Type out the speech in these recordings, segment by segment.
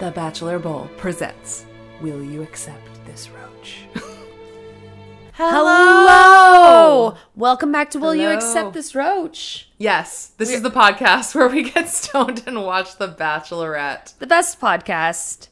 The Bachelor Bowl presents Will You Accept This Roach? Hello! Welcome back to Will You Hello. Accept This Roach? yes, this is the podcast where we get stoned and watch The Bachelorette. The best podcast.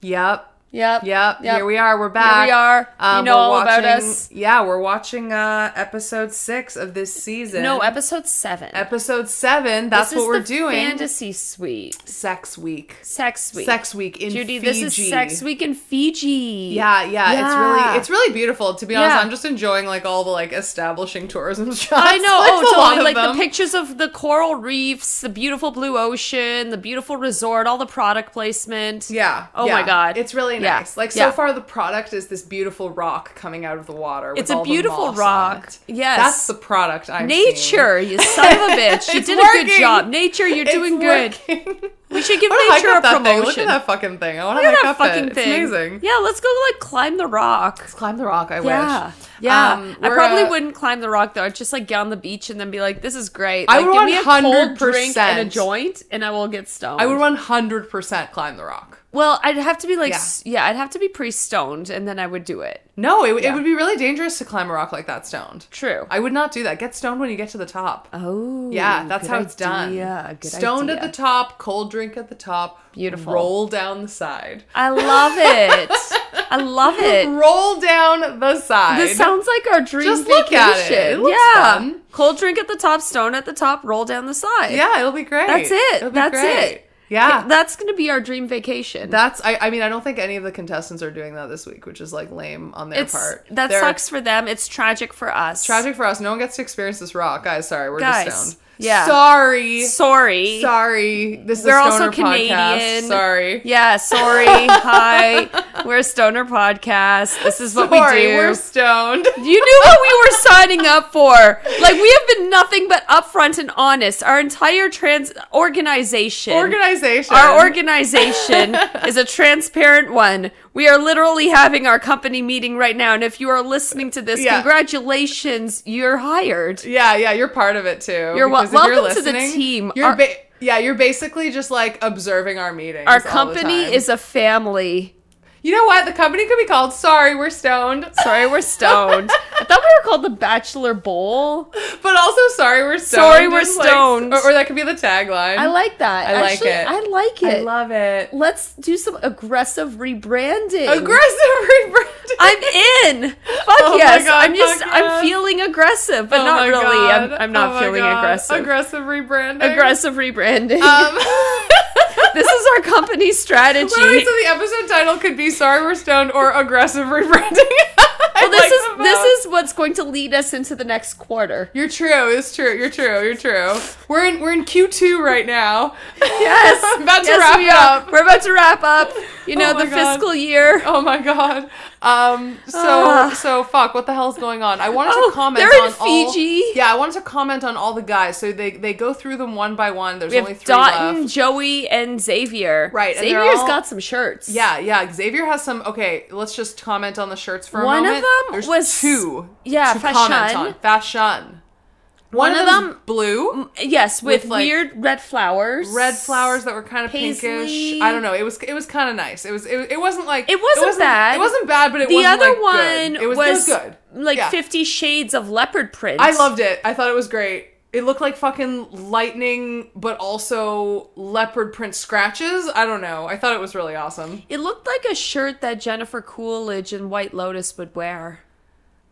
Yep. Yep. Yep. Here we are. We're back. Here we are. you Um, know we're all about watching- us. Yeah, we're watching uh episode six of this season. No, episode seven. episode seven. That's This is what we're the doing. Fantasy suite. sex week. Sex week. Sex week in Judy, Fiji. this is sex week in Fiji. Yeah, yeah, it's Yeah. really, it's really beautiful. To be honest, Yeah. I'm just enjoying like all the like establishing tourism shots. I know. There's oh, a lot totally. of Like the them. pictures of the coral reefs, the beautiful blue ocean, the beautiful resort, all the product placement. Yeah. Oh yeah. my god. It's really Yeah, nice. Like so yeah. far the product is this beautiful rock coming out of the water. with It's a all the beautiful moss rock. on it. Yes. That's the product I'm Nature, you son of a bitch. You It's did a working. good job. Nature, you're doing good. We should give I want to nature hike a up that thing. promotion. Look at that fucking thing. I want to Look at hike that up fucking it. thing. It's amazing. Yeah, let's go like climb the rock. Climb the rock. I Yeah. wish. Yeah. Um, I we're, probably uh, wouldn't climb the rock though. I'd just like get on the beach and then be like, this is great. I Like, would give me a cold 100% drink and a joint and I will get stoned. I would 100 percent climb the rock. Well, I'd have to be like, Yeah. s- yeah, I'd have to be pre stoned and then I would do it. No, it, Yeah. it would be really dangerous to climb a rock like that stoned. True. I would not do that. Get stoned when you get to the top. oh. Yeah, that's good how it's idea. done. Good Stoned at idea. the top, cold drink at the top. Beautiful. Roll down the side. I love it. I love it. Roll down the side. This sounds like our dream Just vacation. look at it. It looks yeah. fun. Cold drink at the top, stone at the top, roll down the side. yeah, it'll be great. That's it. It'll be That's great. it. Yeah. That's going to be our dream vacation. that's I, I mean I don't think any of the contestants are doing that this week, which is like lame on their it's, part. That They're- sucks for them. It's tragic for us. Tragic for us. No one gets to experience this rock. Guys, sorry, we're Guys, just stoned. yeah. Sorry. Sorry. Sorry. This is We're a also stoner podcast. Canadian. Sorry. Yeah, sorry. Hi. We're a stoner podcast. This is what sorry, we do. are stoned. You knew what we were signing up for. Like we have been nothing but upfront and honest. Our entire trans organization. Organization. our organization is a transparent one. We are literally having our company meeting right now, and if you are listening to this, Yeah. congratulations, you're hired. Yeah, yeah, you're part of it too. You're wel- because if welcome to the listening, team. You're Our- ba- yeah, you're basically just like observing our meetings. all Our the company time. is a family. You know what? The company could be called "Sorry, We're Stoned," Sorry, we're stoned. I thought we were called the Bachelor Bowl. but also "Sorry, We're Stoned." Sorry, we're is, stoned. or, or that could be the tagline. I like that. I like Actually, it. I like it. I love it. Let's do some aggressive rebranding. Aggressive rebranding. I'm in. Fuck Oh my yes. God, I'm just fuck yes. I'm feeling aggressive, but Oh not my really. I'm, God. I'm not Oh my feeling God. aggressive. Aggressive rebranding. aggressive rebranding. Um, this is our company strategy. literally, so the episode title could be "Sorry, We're Stoned" or "Aggressive Rebranding." I well, this like is them both. this is what's going to lead us into the next quarter. You're true. It's true. You're true. You're true. We're in we're in Q2 right now. Yes, about to yes, wrap we it are. up. We're about to wrap up. You know Oh my the God. fiscal year. Oh my god. Um. So Ah. so fuck. What the hell's going on? I wanted Oh, to comment. they're in on all- Fiji. yeah, I wanted to comment on all the guys. So they they go through them one by one. There's we only have three Dotton, left. Joey, and Xavier. Right, and they're Xavier's all- got some shirts. Yeah, yeah. Xavier has some. Okay, let's just comment on the shirts for a One of moment. them There's was- two. yeah, to comment fashion. on. Fashion. One of them's them- blue. Yes, with, With, like, weird red flowers. red flowers that were kind of pinkish. Paisley. I don't know. It was it was kind of nice. It was it, it wasn't like It wasn't bad. It wasn't bad, but it the wasn't other like, good. one It was, it was good. like Yeah. Fifty Shades of Leopard Print. I loved it. I thought it was great. It looked like fucking lightning, but also leopard print scratches. I don't know. I thought it was really awesome. It looked like a shirt that Jennifer Coolidge and White Lotus would wear.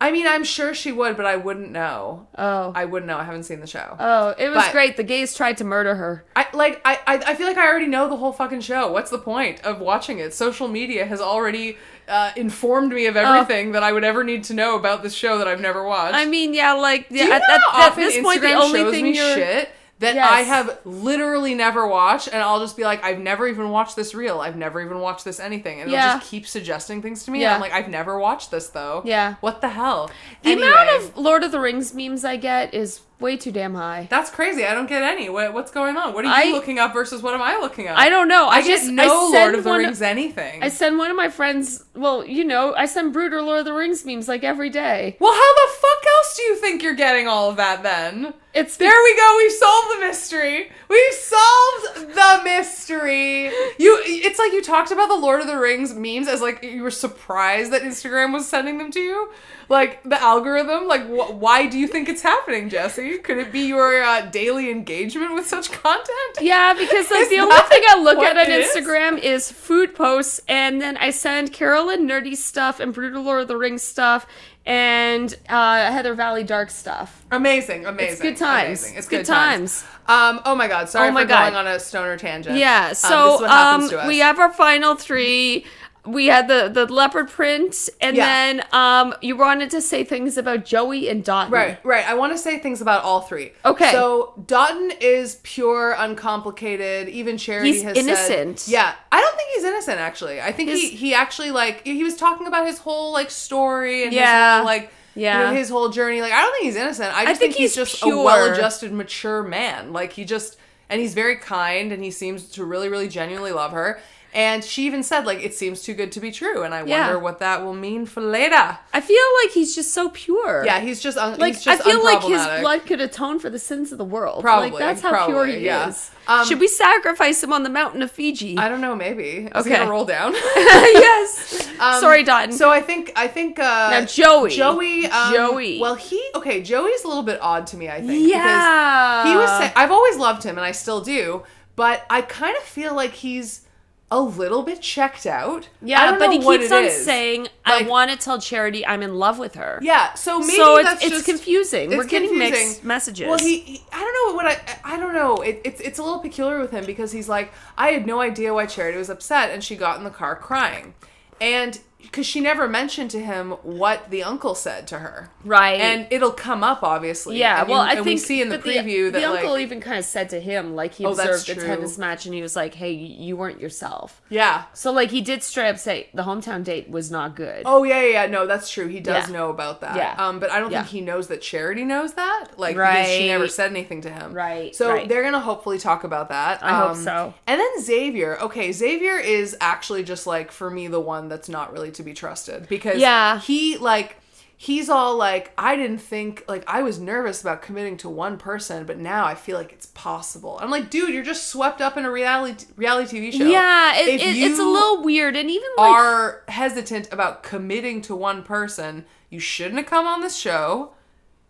I mean, I'm sure she would, but I wouldn't know. Oh. I wouldn't know. I haven't seen the show. Oh, it was But- great. The gays tried to murder her. I like I, I I feel like I already know the whole fucking show. What's the point of watching it? Social media has already uh, informed me of everything that I would ever need to know about this show that I've never watched. I mean, yeah, like Do yeah, you at, know at- how at often this point, the Instagram only shows thing me you're shit that Yes. I have literally never watched, and I'll just be like, I've never even watched this reel. I've never even watched this anything, and Yeah. it'll just keep suggesting things to me. Yeah. And I'm like, I've never watched this though. Yeah. What the hell? the amount Anyway, of Lord of the Rings memes I get is way too damn high. that's crazy. I don't get any. What, what's going on? What are I- you looking up versus what am I looking up? I don't know. I, I just get no I send Lord of the one, Rings anything. I send one of my friends. Well, you know, I send Brood or Lord of the Rings memes like every day. well, how the fuck else do you think you're getting all of that then? It's There we go. We've solved the mystery. We've solved the mystery. You it's like you talked about the Lord of the Rings memes as like you were surprised that Instagram was sending them to you. Like the algorithm, like wh- why do you think it's happening, Jesse? Could it be your uh, daily engagement with such content? Yeah, because like Is the only that thing I look what at on it is? Instagram is food posts, and then I send Carolyn nerdy stuff and Brutal Lord of the Rings stuff and uh, Heather Valley dark stuff. Amazing, amazing. It's good times. amazing. It's good, times. Um oh my god, sorry Oh my for God. going on a stoner tangent. Yeah. Um, this is So what happens um, to us. we have our final three. We had the the leopard print, and Yeah. then um, you wanted to say things about Joey and Dot. Right, right. I want to say things about all three. Okay. So Dotton is pure, uncomplicated. Even Charity He's has innocent. Said, yeah, I don't think he's innocent. Actually, I think he His- he actually like he was talking about his whole like story and Yeah. his whole, like Yeah. you know, his whole journey. Like I don't think he's innocent. I just think think, he's he's, just pure. a well-adjusted, mature man. Like he just and he's very kind and he seems to really, really genuinely love her. And she even said like it seems too good to be true. And I Yeah. wonder what that will mean for later. I feel like he's just so pure. Yeah, he's just un- Like he's just I feel like his unproblematic. blood could atone for the sins of the world. like Probably, that's how pure probably, he yeah. is. Um, Should we sacrifice him on the mountain of Fiji? I don't know. Maybe. Is Okay. he gonna roll down? yes. Um, Sorry, Dotton. So I think I think uh, Now, Joey. Joey, um, Joey. Well, he okay. Joey's a little bit odd to me. I think. because yeah, He was. Say- I've always loved him, and I still do. But I kind of feel like he's a little bit checked out. I yeah, don't but know he what keeps it on is. saying, "I Like- want to tell Charity I'm in love with her." Yeah. So maybe so it's, that's it's just confusing. it's We're getting confusing. mixed messages. Well, he, he- I don't know what I, I don't know. It, it's, it's a little peculiar with him because he's like, I had no idea why Charity was upset, and she got in the car crying, and because she never mentioned to him what the uncle said to her, Right. And it'll come up obviously. yeah, And you- well, I and think we see in the but preview the that like, uncle e even kind of said to him, like he Oh, that's observed a true. tennis match, and he was like, "Hey, you weren't yourself." yeah. So like he did straight up say the hometown date was not good. Oh yeah, yeah, yeah. No, that's true. He does Yeah. know about that. Yeah. Um, but I don't Yeah. think he knows that Charity knows that. Like, because Right. she never said anything to him. Right, So right. they're gonna hopefully talk about that. Um, I hope so. And then Xavier. Okay, Xavier is actually just like for me the one that's not really to be trusted because Yeah. he like. He's all like, I didn't think, like, I was nervous about committing to one person, but now I feel like it's possible. I'm like, dude, you're just swept up in a reality reality TV show. yeah, it, If it, it's a you little weird, and even like are hesitant about committing to one person, you shouldn't have come on this show.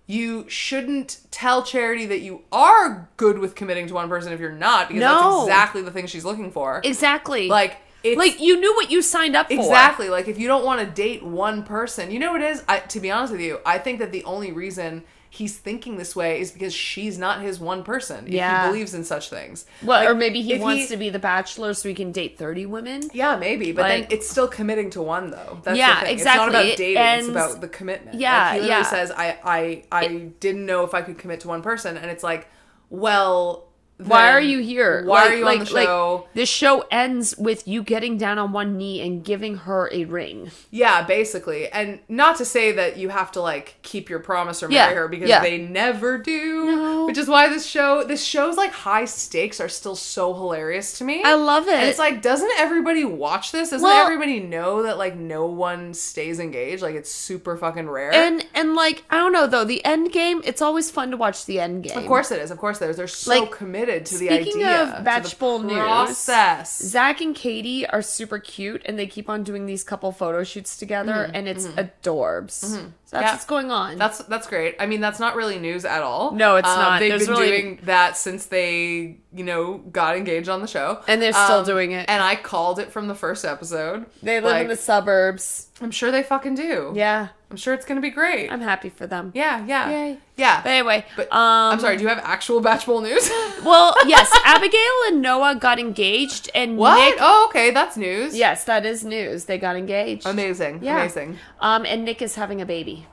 You shouldn't tell Charity that you are good with committing to one person if you're not, because No. that's exactly the thing she's looking for. exactly like, it's like you knew what you signed up for. exactly like if you don't want to date one person, you know what it is. I, to be honest with you, I think that the only reason he's thinking this way is because she's not his one person. If Yeah. he believes in such things, Well, Like, or maybe he if wants to be the bachelor so he can date thirty women. Yeah, maybe, but Like- then it's still committing to one though. That's Yeah, the thing. exactly. It's not It about dating; ends- it's about the commitment. Like, Yeah, he literally yeah. says, "I, I, I didn't know if I could commit to one person," and it's like, well, Why then are you here? Why Like- are you like, on the like, show? this show ends with you getting down on one knee and giving her a ring. yeah, basically, and not to say that you have to like keep your promise or marry Yeah, her because yeah. they never do, No. which is why this show, this show's like high stakes are still so hilarious to me. I love it. And it's like, doesn't everybody watch this? Doesn't Well- everybody know that like no one stays engaged? Like it's super fucking rare. and and like I don't know though the end game. It's always fun to watch the end game. Of course it is. Of course it is. They're so Like, committed to the idea. speaking of to the Batchful News, process. Zach and Katie are super cute, and they keep on doing these couple photo shoots together, and it's adorbs. So that's Mm-hmm. Yeah. what's going on. That's that's great. I mean, that's not really news at all. Um, No, it's not. They've There's been really- doing that since they, you know, got engaged on the show, Um, And they're still doing it. And I called it from the first episode. they live in the Like, suburbs. I'm sure they fucking do. Yeah, I'm sure it's gonna be great. I'm happy for them. yeah, yeah, Yay. yeah. But anyway, But- um, I'm sorry. Do you have actual Batch Bowl news? Well, yes, Abigail and Noah got engaged, and what? Nick. oh, okay. That's news. Yes, that is news. They got engaged. Amazing. Yeah. Amazing. Um, and Nick is having a baby.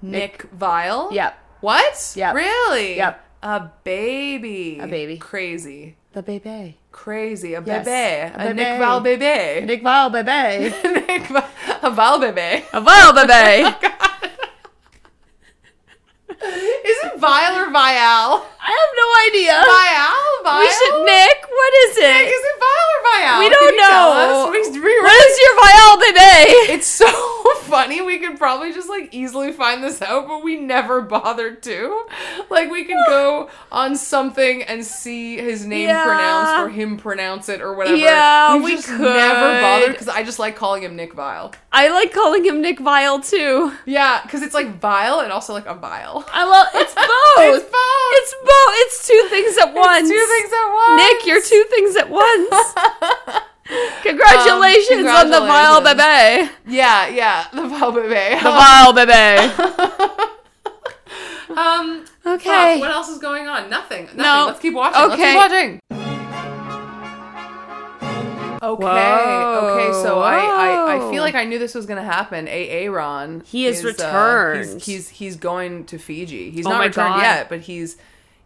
Nick Vile. Yep. What? Yep. Really? Yep. A baby. A baby. Crazy. The baby. Crazy. A Yes. bebe. A A, bebe. Nick Val bebe. Nick Vile baby. Nick Val- a Val bebe. A Vile baby. Is it Vile or Vial? I have no idea. Vial? Vial? We should Nick. What is Is it? it Vile or Vial? We don't Can you tell know. us? We- we- What is your Vile baby? It's so funny. We could probably just like easily find this out, but we never bothered to. Like we could go on something and see his name Yeah. pronounced or him pronounce it or whatever. Yeah, We've we just could. never bothered because I just like calling him Nick Vile. I like calling him Nick Vile too. Yeah, because it's like vile and also like a vile. I love it's It's both. both. it's both. It's two things at It's once. two things at once. Nick, you're two things at once. congratulations, on the Vile congratulations. Oh. Bebe. Yeah, yeah, the vile baby. The Vile Bebe. um. Okay. fuck, what else is going on? Nothing. Nothing. No. Let's keep watching. Okay. Let's keep watching. Okay. Okay. So I, I I Whoa. feel like I knew this was gonna happen. Aaron. He has uh, returned. he's, he's he's going to Fiji. He's Oh not my returned God. yet, but he's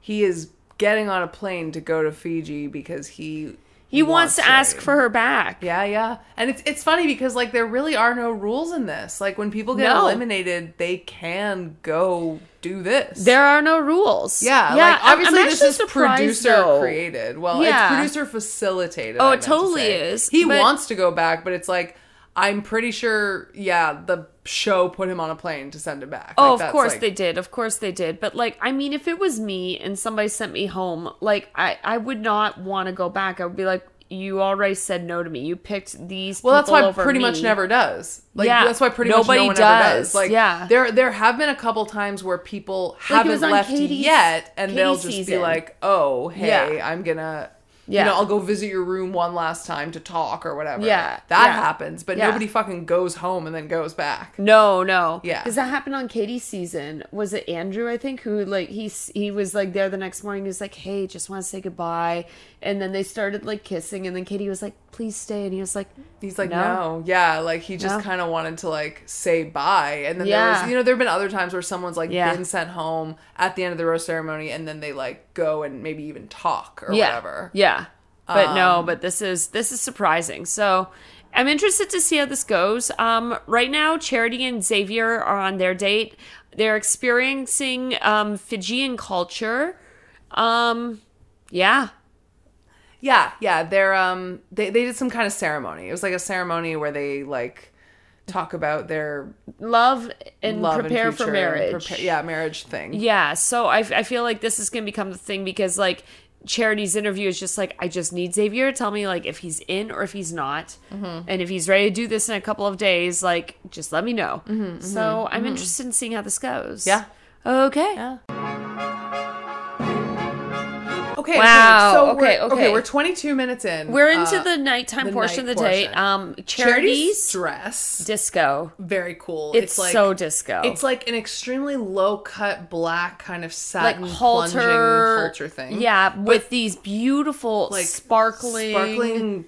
he is getting on a plane to go to Fiji because he He wants to ask it. for her back. Yeah, yeah. And it's it's funny because like there really are no rules in this. Like when people get No. eliminated, they can go do this. There are no rules. yeah, yeah. like I'm- obviously I'm this actually is surprised, producer though. created. Well, Yeah. it's producer facilitated. Oh, I it meant to totally say. is, He but- wants to go back, but it's like I'm pretty sure yeah, the show put him on a plane to send him back. Oh, Like, of that's, course like- they did. Of course they did. But like, I mean, if it was me and somebody sent me home, like, I I would not want to go back. I would be like, you already said no to me. You picked these. Well, that's people why over pretty me." much never does. Like Yeah. that's why pretty Nobody much no one ever does. does. Like Yeah. there there have been a couple times where people was haven't on left Katie's- yet, and they'll Katie's just season. be like, "Oh, hey, Yeah. I'm gonna." Yeah. You know, I'll go visit your room one last time to talk or whatever. Yeah. That Yeah. happens, but Yeah. nobody fucking goes home and then goes back. No, no. Yeah. Because that happened on Katie's season. Was it Andrew, I think, who like he s- he was like there the next morning. He was like, "Hey, just want to say goodbye," and then they started like kissing, and then Katie was like, "Please stay," and he was like, He's like, No. no. Yeah. Like, he just No. kind of wanted to, like, say bye. And then Yeah. there was, you know, there have been other times where someone's, like, Yeah. been sent home at the end of the roast ceremony and then they, like, go and maybe even talk or yeah, whatever. Um, yeah." But no, but this is this is surprising. So I'm interested to see how this goes. Um, right now, Charity and Xavier are on their date. They're experiencing um, Fijian culture. Um, yeah. Yeah, yeah. They're um they, they did some kind of ceremony. It was like a ceremony where they like talk about their love and love prepare and future for and marriage. prepare- yeah, marriage thing. Yeah, So I, I feel like this is going to become the thing because like Charity's interview is just like I just need Xavier to tell me like if he's in or if he's not, Mm-hmm. and if he's ready to do this in a couple of days, like just let me know. so I'm interested in seeing how this goes. Mm-hmm, Yeah. Okay. Yeah. Okay. Wow, So okay, we're, okay. okay. We're 22 minutes in. We're into Uh, the nighttime the portion night of the day. portion. Um, Charity's Charity's dress. disco. Very cool. It's, like so disco. It's like an extremely low cut black kind of like satin halter, plunging halter thing. Yeah, with these beautiful Like sparkling, sparkling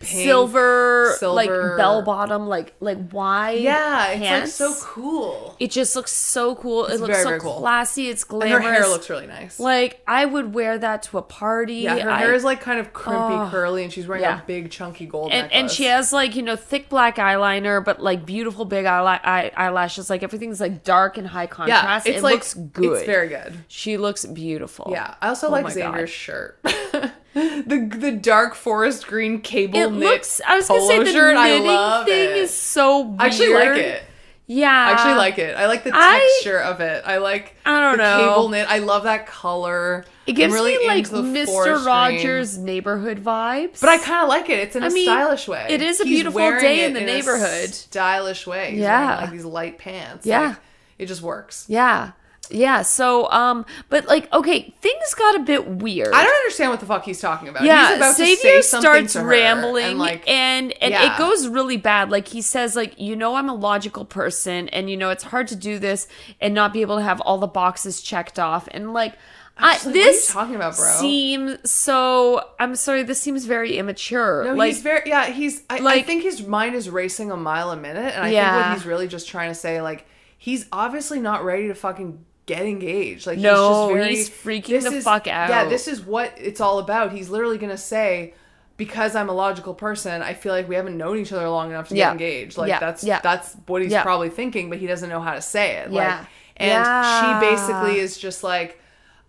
pink, silver, like silver- bell bottom, like like wide. Yeah, it's pants. like so cool. It just looks so cool. it looks very, so very cool. classy. It's And glamorous. her hair looks really nice. like I would wear that to a party. yeah, her I- Oh, hair is like kind of crimpy, curly, and she's wearing yeah. a big chunky gold and, necklace. and she has like you know thick black eyeliner, but like beautiful big eyeli- eye- eyelashes. Like everything's like dark and high yeah, contrast. it's it like looks good. It's very good. she looks beautiful. Yeah, I also Oh like my Xavier's God. shirt. the the dark forest green cable It knit looks. I was gonna say polo the shirt. I knitting love thing it. is so weird. I actually like it. Yeah, I actually like it. I like the I- texture of it. I like I don't the know. cable knit. I love that color. It gives I'm really me like into the Mr. forest Rogers green. neighborhood vibes. But I kind of like it. It's in a I mean, stylish way. it is a He's beautiful wearing day in it the a neighborhood. stylish way. He's Yeah. wearing, like these light pants. Yeah. Like, it just works. yeah, yeah. So um, but like okay, things got a bit weird. I don't understand what the fuck he's talking about. Yeah, he's about Xavier to say something starts to her rambling and and like and, yeah. it goes really bad. Like he says, like you know, I'm a logical person, and you know it's hard to do this and not be able to have all the boxes checked off, and like. I, just like, what are you this talking about, bro? seems so. I'm sorry. This seems very immature. No, like he's very yeah. He's I, I like- think his mind is racing a mile a minute, and I think Yeah. what he's really just trying to say, like, he's obviously not ready to fucking get engaged. Like, No, he's he's just very freaking this the is- fuck Yeah, out. this is what it's all about. He's literally gonna say. Because I'm a logical person, I feel like we haven't known each other long enough to Yeah. get engaged. Like Yeah. that's Yeah. that's what he's Yeah. probably thinking, but he doesn't know how to say it. Yeah. Like and Yeah. she basically is just like,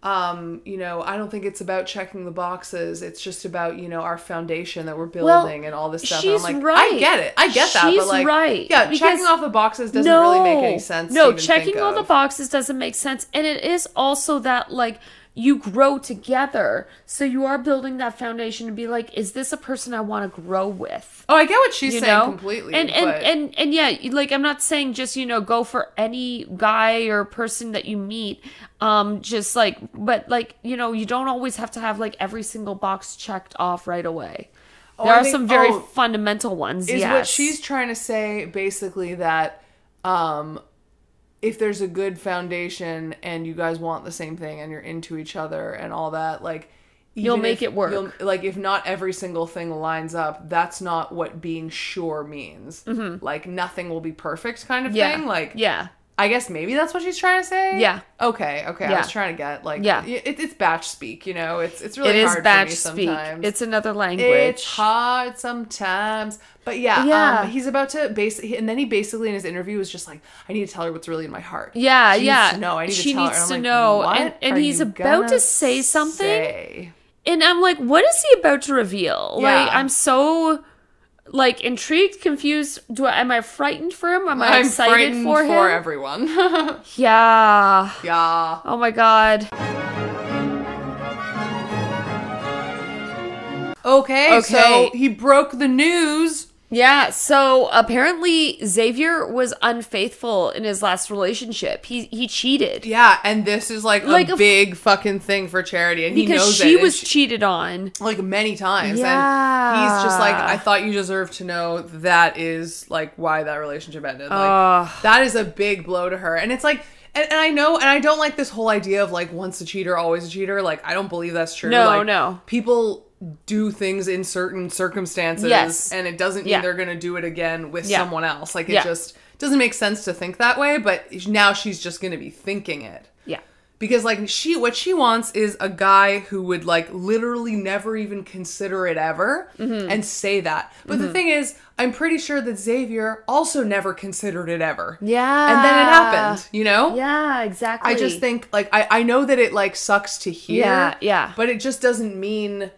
um, you know, I don't think it's about checking the boxes. It's just about, you know, our foundation that we're building Well, and all this stuff. she's and I'm like, right. I get it. I get that. She's But like, right, yeah, because- checking off the boxes doesn't really make any sense. No, to even checking think all the of. boxes doesn't make sense. And it is also that like you grow together. So you are building that foundation to be like, is this a person I want to grow with? Oh, I get what she's You saying know? completely. And and, but- and and yeah, you- like I'm not saying just, you know, go for any guy or person that you meet. Um, just like but like, you know, you don't always have to have like every single box checked off right away. there I are think- some very oh, fundamental ones. is yes. what she's trying to say basically that um if there's a good foundation and you guys want the same thing and you're into each other and all that like You'll even make if it work. you'll- like if not every single thing lines up that's not what being sure means like nothing will be perfect kind of Mm-hmm. yeah. thing like Yeah. i guess maybe that's what she's trying to say Yeah. okay okay i Yeah. was trying to get like Yeah. it, it's batch speak you know it's it's really It is hard batch for me speak. sometimes It's another language. it's hard sometimes, but yeah, Yeah. Um, he's about to base, and then he basically in his interview was just like, "I need to tell her what's really in my heart." yeah, she yeah. Needs to know. I need she to tell needs her. to And I'm know, like, "What and and are he's you about gonna to say something, say?" and I'm like, what is he about to reveal? Like, Yeah. I'm so like intrigued, confused. Do I, am I frightened for him? Am I I'm excited frightened for him? for everyone. yeah. yeah. Oh my god. Okay, Okay. So he broke the news. Yeah, so apparently Xavier was unfaithful in his last relationship. He he cheated. Yeah, and this is like, Like a a f- big fucking thing for charity, and he Because knows she it, and was cheated on. like many times. And Yeah. he's just like, I thought you deserved to know that is like why that relationship ended. Like Ugh. that is a big blow to her. And it's like and, and I know and I don't like this whole idea of like once a cheater, always a cheater. Like I don't believe that's true. No, Like, no. People do things in certain circumstances Yes. and it doesn't mean Yeah. they're gonna do it again with Yeah. someone else. Like it Yeah. just doesn't make sense to think that way, but now she's just gonna be thinking it Yeah. because like she what she wants is a guy who would like literally never even consider it ever Mm-hmm. and say that but the thing is i'm pretty sure that xavier also never considered it ever Yeah. and then it happened you know Yeah, exactly. i just think like I, I know that it like sucks to hear Yeah, yeah. but it just doesn't mean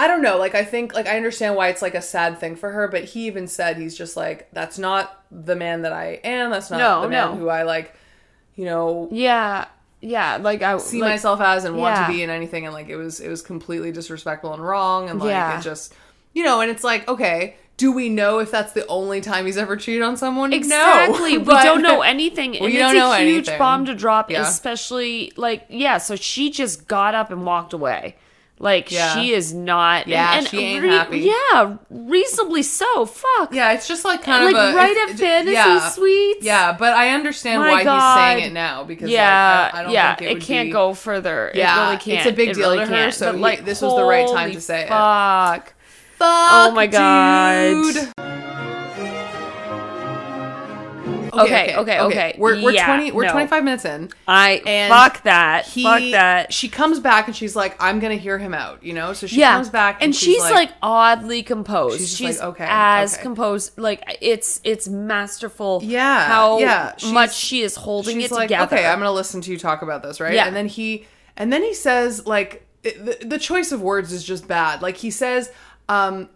i don't know like i think like i understand why it's like a sad thing for her but he even said he's just like that's not the man that i am that's not No, the man no. who i like you know Yeah, yeah. Like I see like, myself as and want yeah. to be in anything and like it was it was completely disrespectful and wrong and like Yeah. it just you know and it's like okay do we know if that's the only time he's ever cheated on someone Exactly. no we but- don't know anything. don't and it's know a huge anything. bomb to drop, Yeah. especially like yeah, so she just got up and walked away. Like Yeah. she is not and- Yeah, and, she ain't happy. Yeah, reasonably so. Fuck. yeah it's just like kind Like of a right it's- at it- fantasy yeah. suites. yeah but i understand My why he's God. saying it now because Yeah, like, I, I don't yeah, think it, would can't be- go further. Yeah, it really it's can't. a big It deal really to her, can't. so But, he- like, this was the right time holy to say it. Fuck. Fuck, Oh my God. dude. Okay, okay, okay. We're, we're Yeah, twenty. We're no. twenty five minutes in. I And fuck that. He, fuck that. She comes back and she's like, "I'm gonna hear him out," you know. So she comes back and, she's, like, oddly composed. She's She's, just like, okay, as okay. composed. Like it's it's masterful. Yeah, how yeah, she's- much she is holding it she's like, together. okay, I'm gonna listen to you talk about this, right? Yeah. And then he, and then he says, like, it- the, the choice of words is just bad. Like he says, um,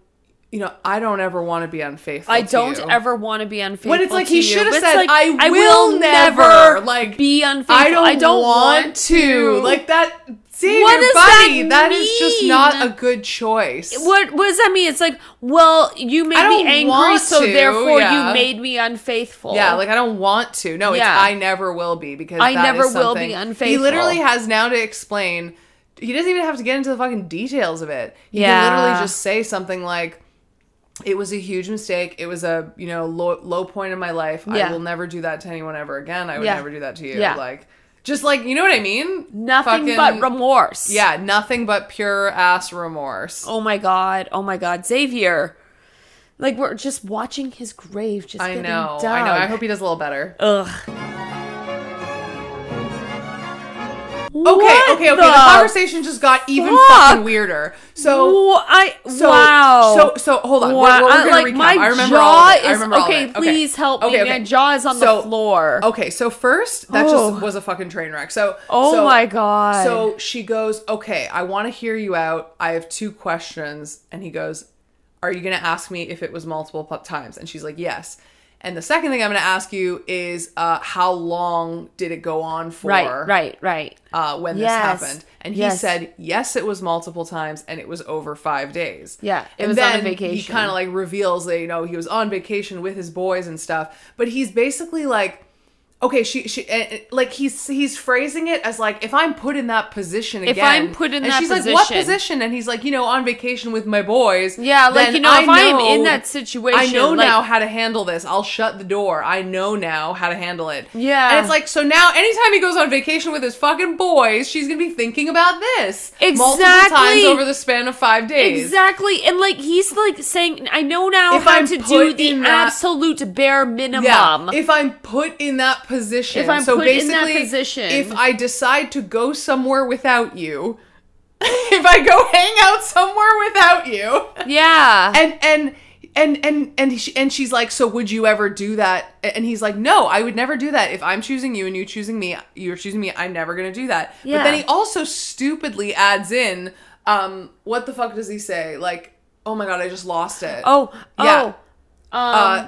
you know, I don't ever want to be unfaithful. I to don't you." ever want to be unfaithful. When it's like to he you. should have But it's said, like, I, will never, like be unfaithful. I don't, want, to. Like that. Xavier, What does that buddy, that is just mean? not a good choice. What, what does that mean? It's like, well, you made I me don't angry, want so to, therefore you yeah. made me unfaithful. Yeah, like I don't want to. No, Yeah. it's I never will be because I that never is will be something- He unfaithful. literally has now to explain. He doesn't even have to get into the fucking details of it. He Yeah. can literally just say something like, "It was a huge mistake. It was a you know low, low point in my life. Yeah. I will never do that to anyone ever again. I would Yeah. never do that to you. Yeah. Like, just like you know what I mean? nothing Fucking- but remorse. yeah, nothing but pure ass remorse. Oh my god. Oh my god. Xavier. Like we're just watching his grave just I getting know. dug. I know. I hope he does a little better. Ugh. Okay, What okay, okay. The, the conversation just got even fuck? fucking weirder. So, Wha- I so wow. So, so hold on. We're- Wow. We're, I- we're gonna like recap. my I remember jaw all of it. I is remember all of okay. it. Please help Okay, me. okay. My jaw is on So- the floor. Okay, so first that Oh. just was a fucking train wreck. So Oh so- my God. So she goes, "Okay, I want to hear you out. I have two questions." And he goes, "Are you going to ask me if it was multiple pu- times?" And she's like, "Yes." And the second thing I'm going to ask you is uh, how long did it go on for? Right, right, right. Uh, when Yes. this happened, and he Yes. said, "Yes, it was multiple times, and it was over five days." Yeah, it and was on a then he vacation. kind of like reveals that you know he was on vacation with his boys and stuff, but he's basically like, okay, she she and, and, like he's he's phrasing it as like if I'm put in that position again, If I'm put in and that she's like, what position?" position? And he's like, you know, on vacation with my boys. Yeah, like, then you know, if I am in know- that situation, I know like- now how to handle this. I'll shut the door. I know now how to handle it. Yeah. and it's like so now. Anytime he goes on vacation with his fucking boys, she's gonna be thinking about this multiple times Exactly. over the span of five days. Exactly, and like he's like saying, "I know now If how I'm to do put the in that- absolute bare minimum." If I'm put in that position, If I'm so put in that basically, position. if I decide to go somewhere without you, if I go hang out somewhere without you, yeah, and and and and and she, and she's like, so would you ever do that? And he's like, no, I would never do that. If I'm choosing you and you choosing me, you're choosing me. I'm never gonna do that. But Yeah. then he also stupidly adds in, um, what the fuck does he say? Like, oh my god, I just lost it. oh, oh, Yeah. um, Uh,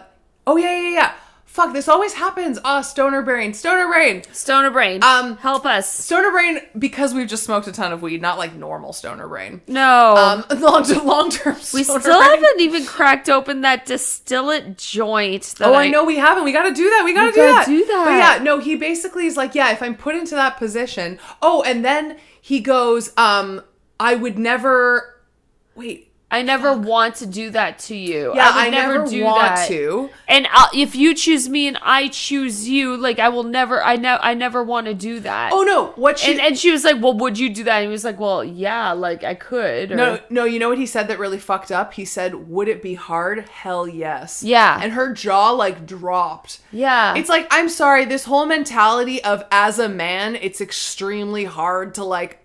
oh yeah, yeah, yeah. Fuck, this always happens. Ah, stoner brain, stoner brain, stoner brain, um, help us. stoner brain. Because we've just smoked a ton of weed, not like normal stoner brain. No, Um, long long term. we still haven't even cracked open that distillate joint. That Oh, I, know we haven't. We got to do that. We got to do gotta that. do that. But yeah, no, he basically is like, yeah, if I'm put into that position. Oh, and then he goes, um, I would never. Wait. I never want to do that to you. Yeah, I, would never, do want that. to. And I'll, if you choose me and I choose you, like I will never. I know. I never want to do that. Oh no! What she And, and she was like, "Well, would you do that?" And he was like, "Well, yeah, like I could." Or, No, no, you know what he said that really fucked up? He said, Would it be hard? Hell yes. Yeah. And her jaw like dropped. yeah, It's like, I'm sorry, this whole mentality of as a man, it's extremely hard to like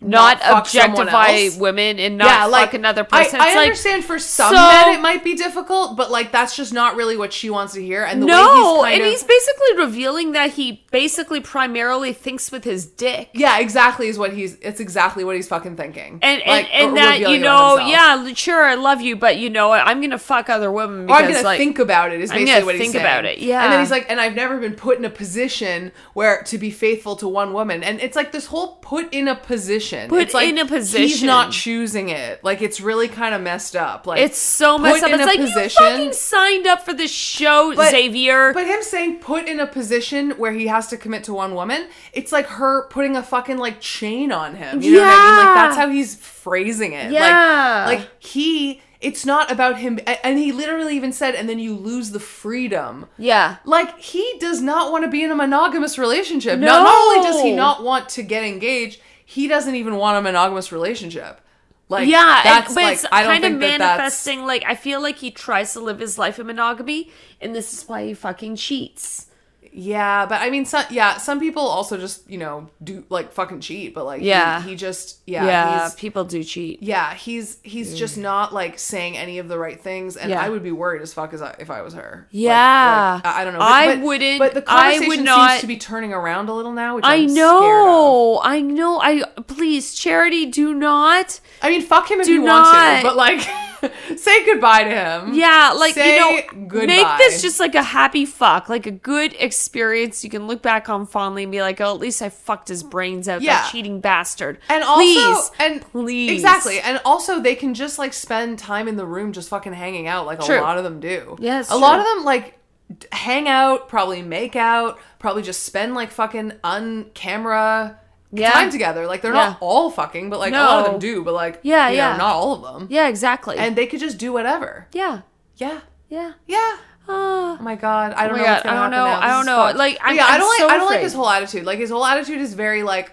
not, fuck someone objectify else. women and not fuck another I- person. I, It's like, understand for some so- men it might be difficult, but like that's just not really what she wants to hear. And the way no, he's kind and of he's basically revealing that he basically primarily thinks with his dick. yeah, exactly is what he's. It's exactly what he's fucking thinking. And, and, Like, and or that revealing you about know himself. yeah l- sure I love you but you know what I'm gonna fuck other women Or because I'm gonna like think about it. Is I'm basically gonna what he's think saying. about it, yeah. And then he's like, and I've never been put in a position where to be faithful to one woman. And it's like this whole put in a position. Put it's like, in a He's position. not choosing it. Like it's really kind of messed up. Like it's so messed put up in it's a like position- you fucking signed up for this show But- Xavier But him saying put in a position where he has to commit to one woman, it's like her putting a fucking like chain on him. You know what I mean? Like Yeah. that's how he's phrasing it. Yeah. Like, like he it's not about him a- and he literally even said and then you lose the freedom. yeah Like he does not want to be in a monogamous relationship. Not, not only does he No. not want to get engaged, he doesn't even want a monogamous relationship. Like yeah, and- that's but like it's I don't kind of think that that's- manifesting. Like I feel like he tries to live his life in monogamy, and this is why he fucking cheats. Yeah, but I mean, some, yeah, some people also just you know do like fucking cheat, but like he- Yeah. he, just yeah, he's, people do cheat. yeah, he's he's just not like saying any of the right things, and Mm. Yeah. I would be worried as fuck as I, if I was her. Like- Yeah. like, I I don't know. I wouldn't- But the I would conversation seems not- to be turning around a little now, which I I'm Scared of. know, I know. I please, charity, do not. I mean, fuck him if Do you want not- to, but like, say goodbye to him. Yeah, like Say you know, goodbye. make this just like a happy fuck, like a good experience you can look back on fondly and be like, oh, at least I fucked his brains out, Yeah. that cheating bastard. And also, please, and please, exactly, and also they can just like spend time in the room, just fucking hanging out, like a True. lot of them do. Yeah, a it's lot true. of them like d- hang out, probably make out, probably just spend like fucking on camera Yeah. time together. Like they're Yeah. not all fucking, but like a lot of them No. do. But like, Yeah, you know, yeah. not all of them. Yeah, exactly. And they could just do whatever. yeah, Yeah, yeah. yeah. Ah. Oh my god, I don't my know. what's God, I gonna don't happen know, now. This I don't is know. fucked. Like, But I'm- yeah, I I'm don't like. so I don't like afraid. his whole attitude. Like his whole attitude is very like,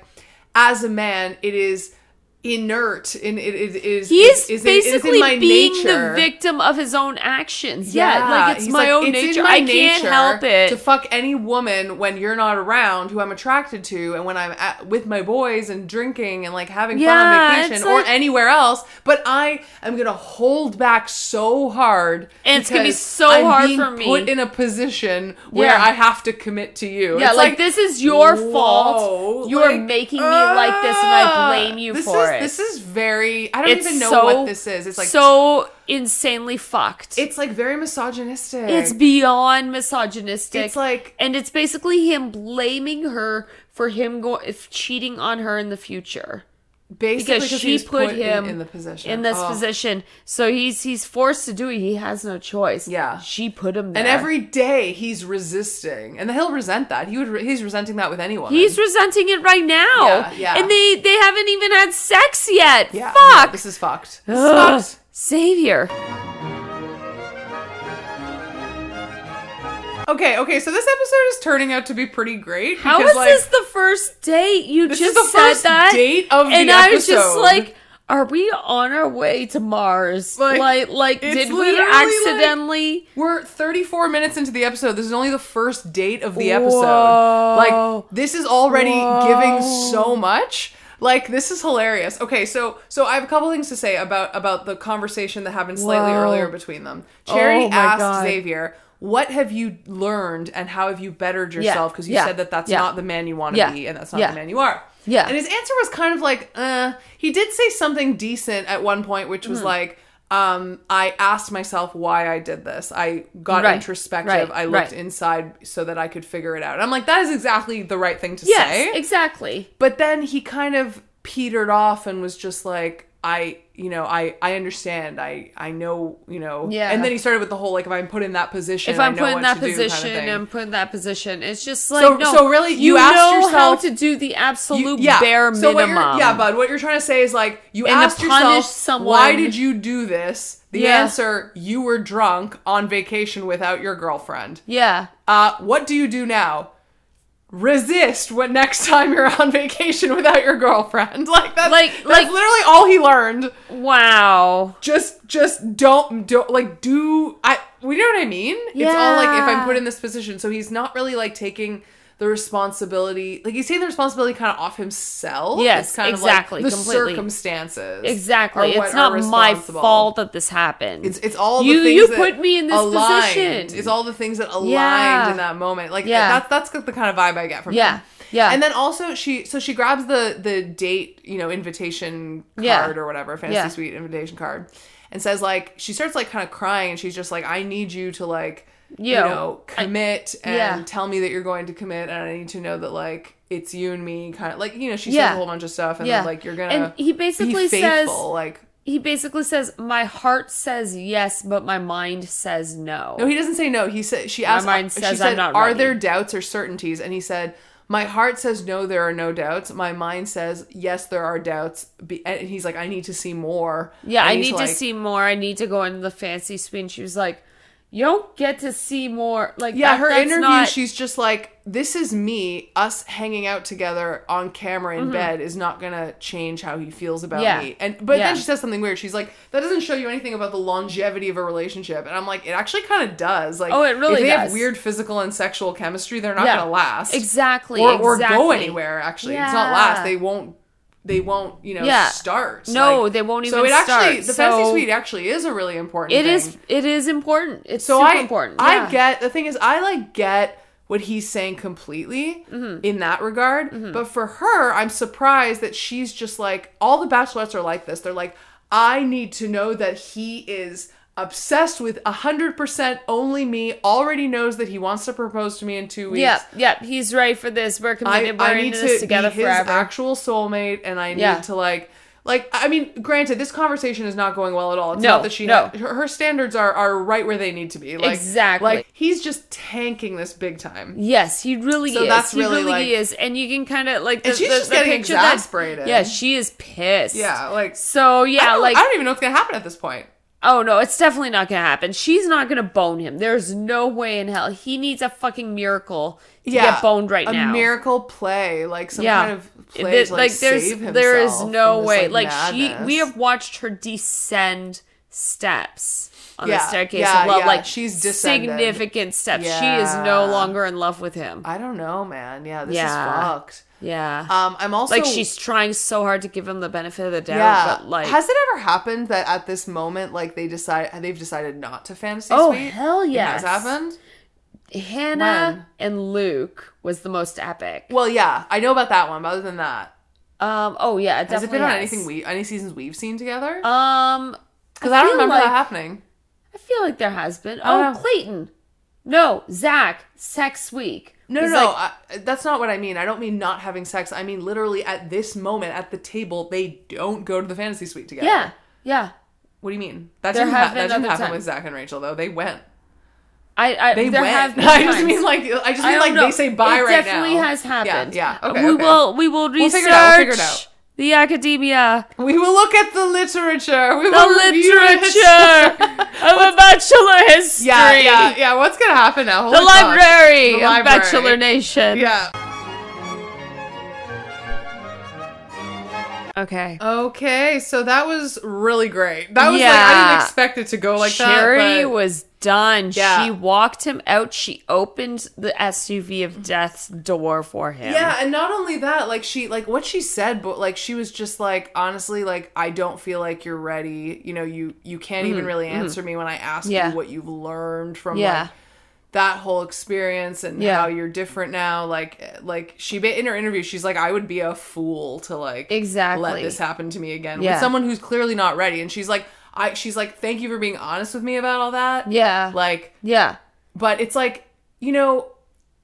as a man, it is inert and it, it is He's it is in- it is basically being the victim of his own actions. Yeah, like it's he's my like, own "It's in nature. my I can't nature help it. to fuck any woman when you're not around who I'm attracted to, and when I'm at, with my boys and drinking and like having Yeah, fun on it's vacation or like- anywhere else. But I am gonna hold back so hard, And it's gonna be because so I'm hard being for me. put in a position where Yeah. I have to commit to you. yeah, It's like, this is your fault. whoa, You're like, making me like this, and ah, I blame you this for is- it. This is very. I don't It's even know so- what this is. It's like so insanely fucked. It's like very misogynistic. It's beyond misogynistic. It's like- and it's basically him blaming her for him go- if cheating on her in the future basically because he she was put in- him in, the position In this Oh. position, so he's he's forced to do it. He has no choice. Yeah. she put him there. And every day he's resisting, and he'll resent that. He would. re- He's resenting that with anyone. He's resenting it right now. Yeah, yeah. And they they haven't even had sex yet. yeah, no, Fuck. this is fucked. This is Ugh. fucked. Savior. Okay, okay. So this episode is turning out to be pretty great. How because, is like, this the first date? You This just is the said first that. date of and the I was just episode. like, are we on our way to Mars? Like, Like, like, it's did we literally, like, accidentally? We're 34 minutes into the episode. This is only the first date of the Whoa. episode. Like this is already Whoa. giving so much. Like this is hilarious. Okay, so so I have a couple things to say about about the conversation that happened slightly Whoa. earlier between them. Charity Oh my asked God. Xavier, "What have you learned and how have you bettered yourself because you Yeah. said that that's Yeah. not the man you want to Yeah. be and that's not Yeah. the man you are." Yeah. And his answer was kind of like, uh, he did say something decent at one point, which Hmm. was like, um, I asked myself why I did this. I got Right. introspective. Right. I looked Right. inside so that I could figure it out. And I'm like, that is exactly the right thing to Yes, say. exactly. but then he kind of petered off and was just like, I, you know, I, I understand. I, I know, you know. Yeah. And then he started with the whole like, if I'm put in that position, If I'm I know put in what that to do kind of position, thing. I'm put in that position. It's just like So- no. so really, you you asked know yourself- how to do the absolute You- yeah. bare So what you're- minimum. yeah, bud. What you're trying to say is like you And to asked punish yourself, someone- why did you do this? The Yeah. answer: you were drunk on vacation without your girlfriend. yeah. Uh, what do you do now? Resist when next time you're on vacation without your girlfriend. Like that's Like- that's like- literally all he learned. Wow. Just just don't don't like do I we know what I mean? It's all like if I'm Yeah. put in this position. So he's not really like taking the responsibility like he's taking the responsibility kind of off himself. Yes, It's kind exactly, of like the completely. circumstances. Exactly. are what It's are not my responsible. fault that this happened. It's, it's all you. the things you that put me in this aligned. position. It's all the things that aligned Yeah. in that moment. Like Yeah. that's that's the kind of vibe I get from Yeah. him. Yeah. And then also she so she grabs the the date you know invitation card Yeah. or whatever fantasy Yeah. suite invitation card, and says like she starts like kind of crying and she's just like I need you to like you Yo, know commit and yeah. tell me that you're going to commit and I need to know that like. It's you and me, kind of like you know. She says Yeah. a whole bunch of stuff, and Yeah. then like you're gonna. And he basically be faithful, says- like he basically says, "My heart says yes, but my mind says no." No, he doesn't say no. He said she asked. uh, mind she says said, I'm not "Are ready." there doubts or certainties?" And he said, "My heart says no. There are no doubts. My mind says yes. There are doubts." Be- And he's like, "I need to see more." yeah, I need to like- see more. I need to go into the fancy suite. And she was like, "You don't get to see more." Like, Yeah, that- her that's interview, not- she's just like, "This is me. Us hanging out together on camera in bed is not gonna change how he feels about Mm-hmm. Yeah. me." And but Yeah. then she says something weird. She's like, "That doesn't show you anything about the longevity of a relationship." And I'm like, "It actually kind of does. Like, Oh, it really If they have does. weird physical and sexual chemistry, they're not Yeah. gonna last exactly or, exactly. or go anywhere actually it's not last Yeah. they won't they won't you know Yeah. start No, they won't so even it actually start. the fancy So- suite actually is a really important It thing. is. It is important. It's so super I, important. I Yeah. get the thing is i like get what he's saying completely Mm-hmm. in that regard but for her i'm surprised that she's just like all the bachelorettes are like this they're like i need to know that he is obsessed with 100% only me already knows that he wants to propose to me in two weeks Yeah, yeah. He's right for this. We're I, committed. We're I in need to this together be his forever. actual soulmate, and I need Yeah. to like, like. I mean, granted, this conversation is not going well at all. It's No, not that she, no. her, her standards are are right where they need to be. Like, Exactly. Like he's just tanking this big time. Yes, he really So is. that's he really, really like- is, and you can kind of like. The, And she's the- just the getting picture that- exasperated. yeah, she is pissed. Yeah, like So I yeah, don't, like I don't even know what's gonna happen at this point. Oh no, it's definitely not gonna happen. She's not gonna bone him. There's no way in hell. He needs a fucking miracle to get boned right a now. miracle play, like some kind of play Th- to, like, save himself there is no from this, way. like, Like, she, we madness. have watched her descend steps on the Yeah, staircase yeah, of love. yeah, Like she's descended. significant steps. She is no Yeah. longer in love with him. I don't know, man. Yeah, this Yeah. is fucked. yeah, Um, I'm also like she's trying so hard to give him the benefit of the doubt, yeah. but like, has it ever happened that at this moment, like they decide they've decided not to fantasy oh suite? hell It yes, has happened. Hannah and Luke was the most epic. Well, yeah, I know about that one. But other than that, Um, oh yeah, has it it definitely been on has. anything we any seasons we've seen together? Um, Because I, don't feel remember like- that happening. I feel like there has been. don't Oh, know. Clayton. No, Zach. Sex week. No, no, 'Cause, no. like, I, that's not what I mean. I don't mean not having sex. I mean literally at this moment at the table, they don't go to the fantasy suite together. yeah, yeah. What do you mean? That There didn't, ha- have been that didn't other happen times. with Zach and Rachel though. They went. I, I They there went. have. been I just times. mean like I just I mean don't like know. they say bye it right definitely now. has happened. Uh, Yeah, yeah. Okay, we okay. will. We will research figure it out, we'll figure it out. the academia, We will look at the literature. We the will review it. literature of a bachelor history. Yeah, yeah, yeah. What's gonna happen now? The Holy fuck. library The of library. Bachelor Nation. Yeah. Okay. Okay, so that was really great. That was like I Yeah. didn't expect it to go like Charity that. but- was done. Yeah. She walked him out. She opened the SUV of death's door for him. Yeah, and not only that, like she like what she said, but like she was just like honestly like I don't feel like you're ready. You know, you you can't even really answer me when I ask Mm-hmm. Yeah. you what you've learned from Yeah. like that whole experience and Yeah. how you're different now. Like like she ba- in her interview, she's like I would be a fool to like let Exactly. this happen to me again Yeah. with someone who's clearly not ready. And she's like I she's like thank you for being honest with me about all that. Yeah. Like yeah. but it's like, you know,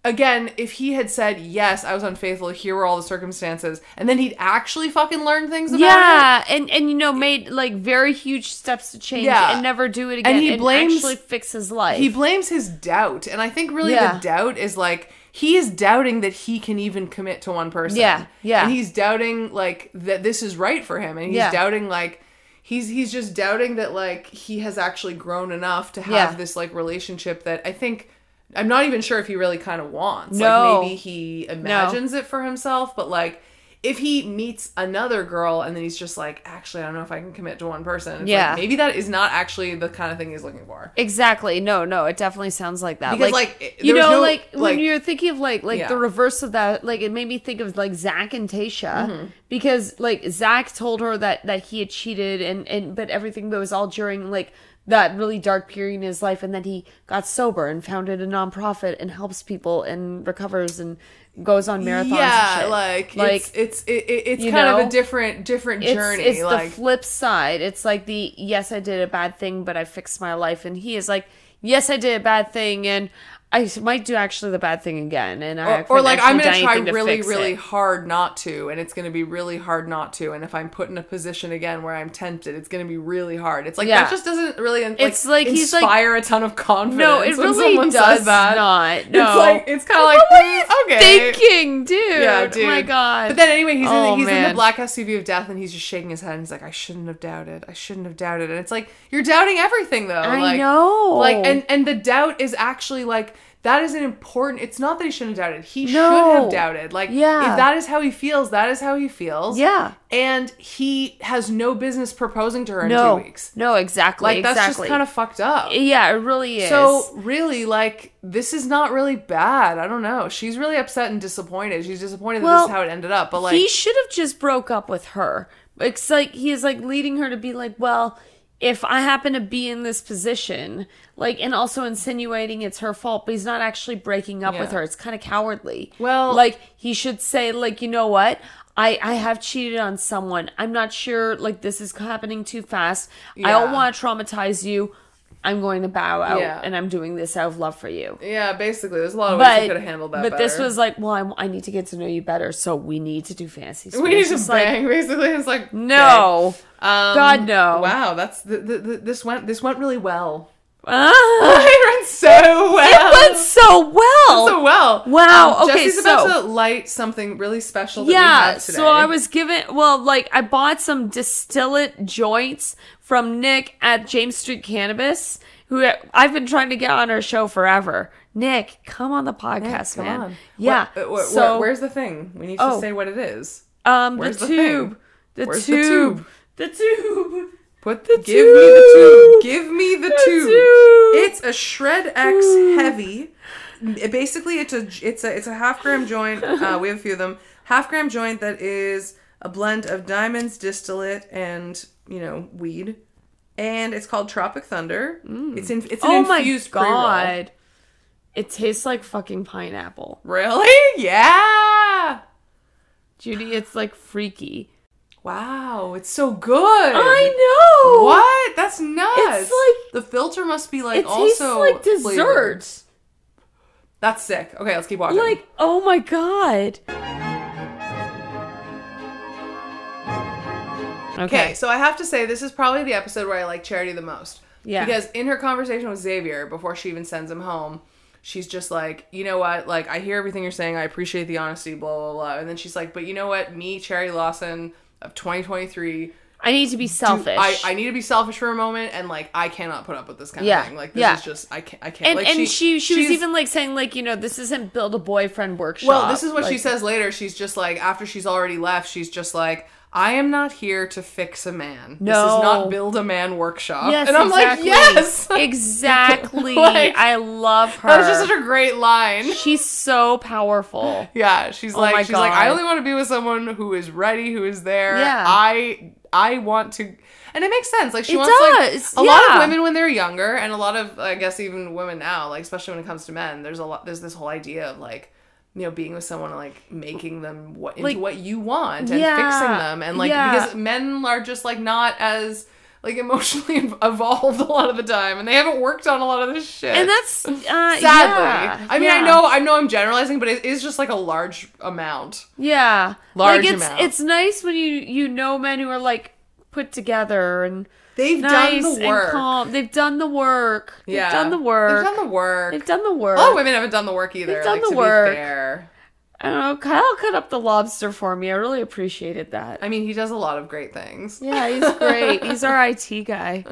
again, if he had said, yes, I was unfaithful, here were all the circumstances, and then he'd actually fucking learn things about it. Yeah. And and you know, made like very huge steps to change Yeah. and never do it again. And he blames- actually fix his life. He blames his doubt. And I think really Yeah. the doubt is like, he is doubting that he can even commit to one person. Yeah, yeah. And he's doubting like that this is right for him. And he's Yeah. doubting like he's he's just doubting that like he has actually grown enough to have Yeah. this like relationship that I think I'm not even sure if he really kind of wants. No. Like maybe he imagines it for himself, but like if he meets another girl and then he's just like, actually, I don't know if I can commit to one person. it's like, Yeah. maybe that is not actually the kind of thing he's looking for. Exactly. No, no, it definitely sounds like that. Because, like, like, it- you there was know, no, like, when like- you're thinking of like like the Yeah. reverse of that, like it made me think of like Zach and Tasha Mm-hmm. because like Zach told her that that he had cheated and and but everything that was all during like that really dark period in his life and then he got sober and founded a nonprofit and helps people and recovers and goes on marathons yeah, and shit. like like it's it's it, it- it's you kind of know? a different different it's, journey. It's like the flip side. It's like the yes, I did a bad thing, but I fixed my life. And he is like, yes, I did a bad thing, and I might do actually the bad thing again. And I or, or, like I'm going gonna to try really fix really it. hard not to, and it's gonna be really hard not to. And if I'm put in a position again where I'm tempted, it's gonna be really hard. It's like Yeah. that just doesn't really like, It's like he's, like- inspire a ton of confidence. No, it when really someone does says that. not. No, It's like it's kind of What like were you mm, okay. thinking, dude. Yeah, dude. Oh my god. But then anyway, he's in Oh, the, he's in man. the black SUV of death, and he's just shaking his head. and He's like, I shouldn't have doubted. I shouldn't have doubted. And it's like you're doubting everything, though. I like, know. Like, and and the doubt is actually like that is an important. It's not that he shouldn't have doubted. He should No. have doubted. Like, Yeah. if that is how he feels, that is how he feels. yeah. And he has no business proposing to her in No. two weeks. No, exactly. Like exactly. that's just kind of fucked up. Yeah, it really is. So really, like this is not really bad. I don't know. She's really upset and disappointed. She's disappointed that Well, this is how it ended up. But like, he should have just broke up with her. It's like he is like leading her to be like, well, if I happen to be in this position, like, and also insinuating it's her fault, but he's not actually breaking up with Yeah. her. It's kind of cowardly. Well- like he should say, like, you know what? I I have cheated on someone. I'm not sure. Like this is happening too fast. I don't Yeah. want to traumatize you. I'm going to bow out, Yeah. and I'm doing this out of love for you yeah, basically, there's a lot of ways but he could have handled that. but this better. was like, well, I'm, I need to get to know you better, so we need to do fantasy. Suite. we need It's to just bang. basically, it's like no, okay. Um, God, no. Wow, that's the, the, the, this went this went really well. Ah! It went so well. It went so well. so well. Um, Wow, okay, Jesse's about so- to light something really special. That We yeah, have today. so I was given well, like I bought some distillate joints from Nick at James Street Cannabis, who I've been trying to get on our show forever. Nick, come on the podcast, Come man. on. Yeah. What- uh, what- so where's the thing? We need to Oh. say what it is. um the where's the tube, thing? the, Where's the tube, tube? the tube, Put the give me the tube. Give me the, tube. tube. It's a shred X heavy. It- basically, it's a it's a it's a half gram joint. Uh, we have a few of them. Half gram joint that is a blend of diamonds, distillate, and you know weed. And it's called Tropic Thunder. It's in it's an Oh my infused pre-roll. god. It tastes like fucking pineapple. Really? Yeah. Judy, it's like freaky. Wow, it's so good. I know. What? That's nuts. It's like- the filter must be like It tastes also like dessert. flavored. That's sick. Okay, let's keep watching. Like, oh my god. Okay, Okay. so I have to say this is probably the episode where I like Charity the most. Yeah. Because in her conversation with Xavier before she even sends him home, she's just like, you know what? Like I hear everything you're saying. I appreciate the honesty. Blah blah blah. And then she's like, but you know what? Me, Charity Lawson of 2023. I need to be selfish. I, I need to be selfish for a moment and like I cannot put up with this kind Yeah, of thing. Like this yeah. is just I can't I can't and like and she, she was she's- even like saying like you know this isn't build a boyfriend workshop. Well, this is what Like, she says later. She's just like after she's already left, she's just like I am not here to fix a man. This No. is not build a man workshop. Yes, and I'm exactly. like, yes. exactly. Like, I love her. That was just such a great line. She's so powerful. Yeah, she's like Oh my she's like I God. only want to be with someone who is ready, who is there. Yeah. I I want to and it makes sense. Like she It wants does, like a lot yeah. of women when they're younger and a lot of I guess even women now, like especially when it comes to men, there's a lot there's this whole idea of like you know, being with someone and like making them what into Like- what you want and Yeah, fixing them and like yeah. because men are just like not as like emotionally evolved a lot of the time and they haven't worked on a lot of this shit. And that's uh, sadly. Sadly, I mean, I know, I know, I'm generalizing, but it is just like a large amount. Yeah. Large like it's amount. it's nice when you you know men who are like put together and They've nice done the work. and calm. They've done the work. Yeah, They've done the work. They've done the Oh, work. They've done the work. a lot of women haven't done the work either. They've done like, the to work. Be fair. I don't know. Kyle cut up the lobster for me. I really appreciated that. I mean, he does a lot of great things. Yeah, he's great. he's our IT guy.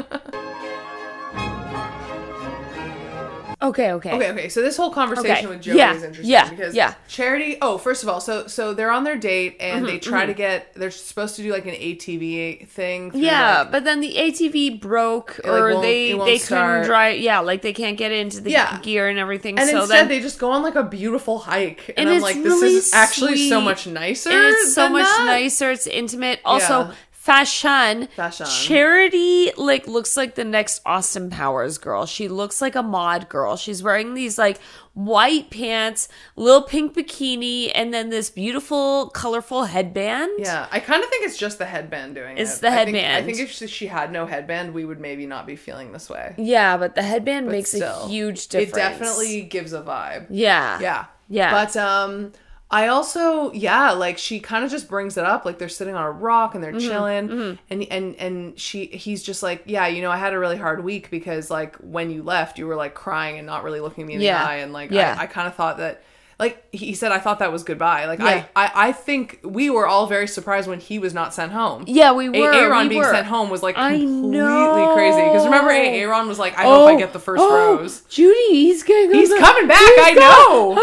Okay, okay. Okay, okay. So this whole conversation Okay. with Joey Yeah, is interesting yeah, because yeah. Mm-hmm, Charity. Oh, first of all, so so they're on their date and they try to get. They're supposed to do like an ATV thing. through, Yeah, like- but then the ATV broke, like, or won't- they it won't they couldn't start. drive. Yeah, like they can't get into the Yeah. gear and everything. and so instead then they just go on like a beautiful hike, and, And I'm it's like, this really is actually so sweet. much nicer. And it's so than much that. nicer. It's intimate. Also, Yeah. fashion. Fashion. Charity like looks like the next Austin Powers girl. She looks like a mod girl. She's wearing these like white pants, little pink bikini, and then this beautiful, colorful headband. Yeah, I kind of think it's just the headband doing it. It's the I think- headband. I think, if she- she had no headband, we would maybe not be feeling this way. Yeah, but the headband makes still, a huge difference. It definitely gives a vibe. Yeah. Yeah. Yeah. But um I also yeah, like she kind of just brings it up like they're sitting on a rock and they're Mm-hmm, chilling and and and she he's just like, "Yeah, you know, I had a really hard week because like when you left, you were like crying and not really looking me in Yeah. the eye and like Yeah. I, I kind of thought that like he said, I thought that was goodbye. Like Yeah. I, I, I think we were all very surprised when he was not sent home. Yeah, we A- were. Aaron we being were. sent home was like I completely crazy. Because remember, A- know. Aaron was like, "I hope I get the first oh, rose." Judy, he's gonna go. He's to- coming back. I know.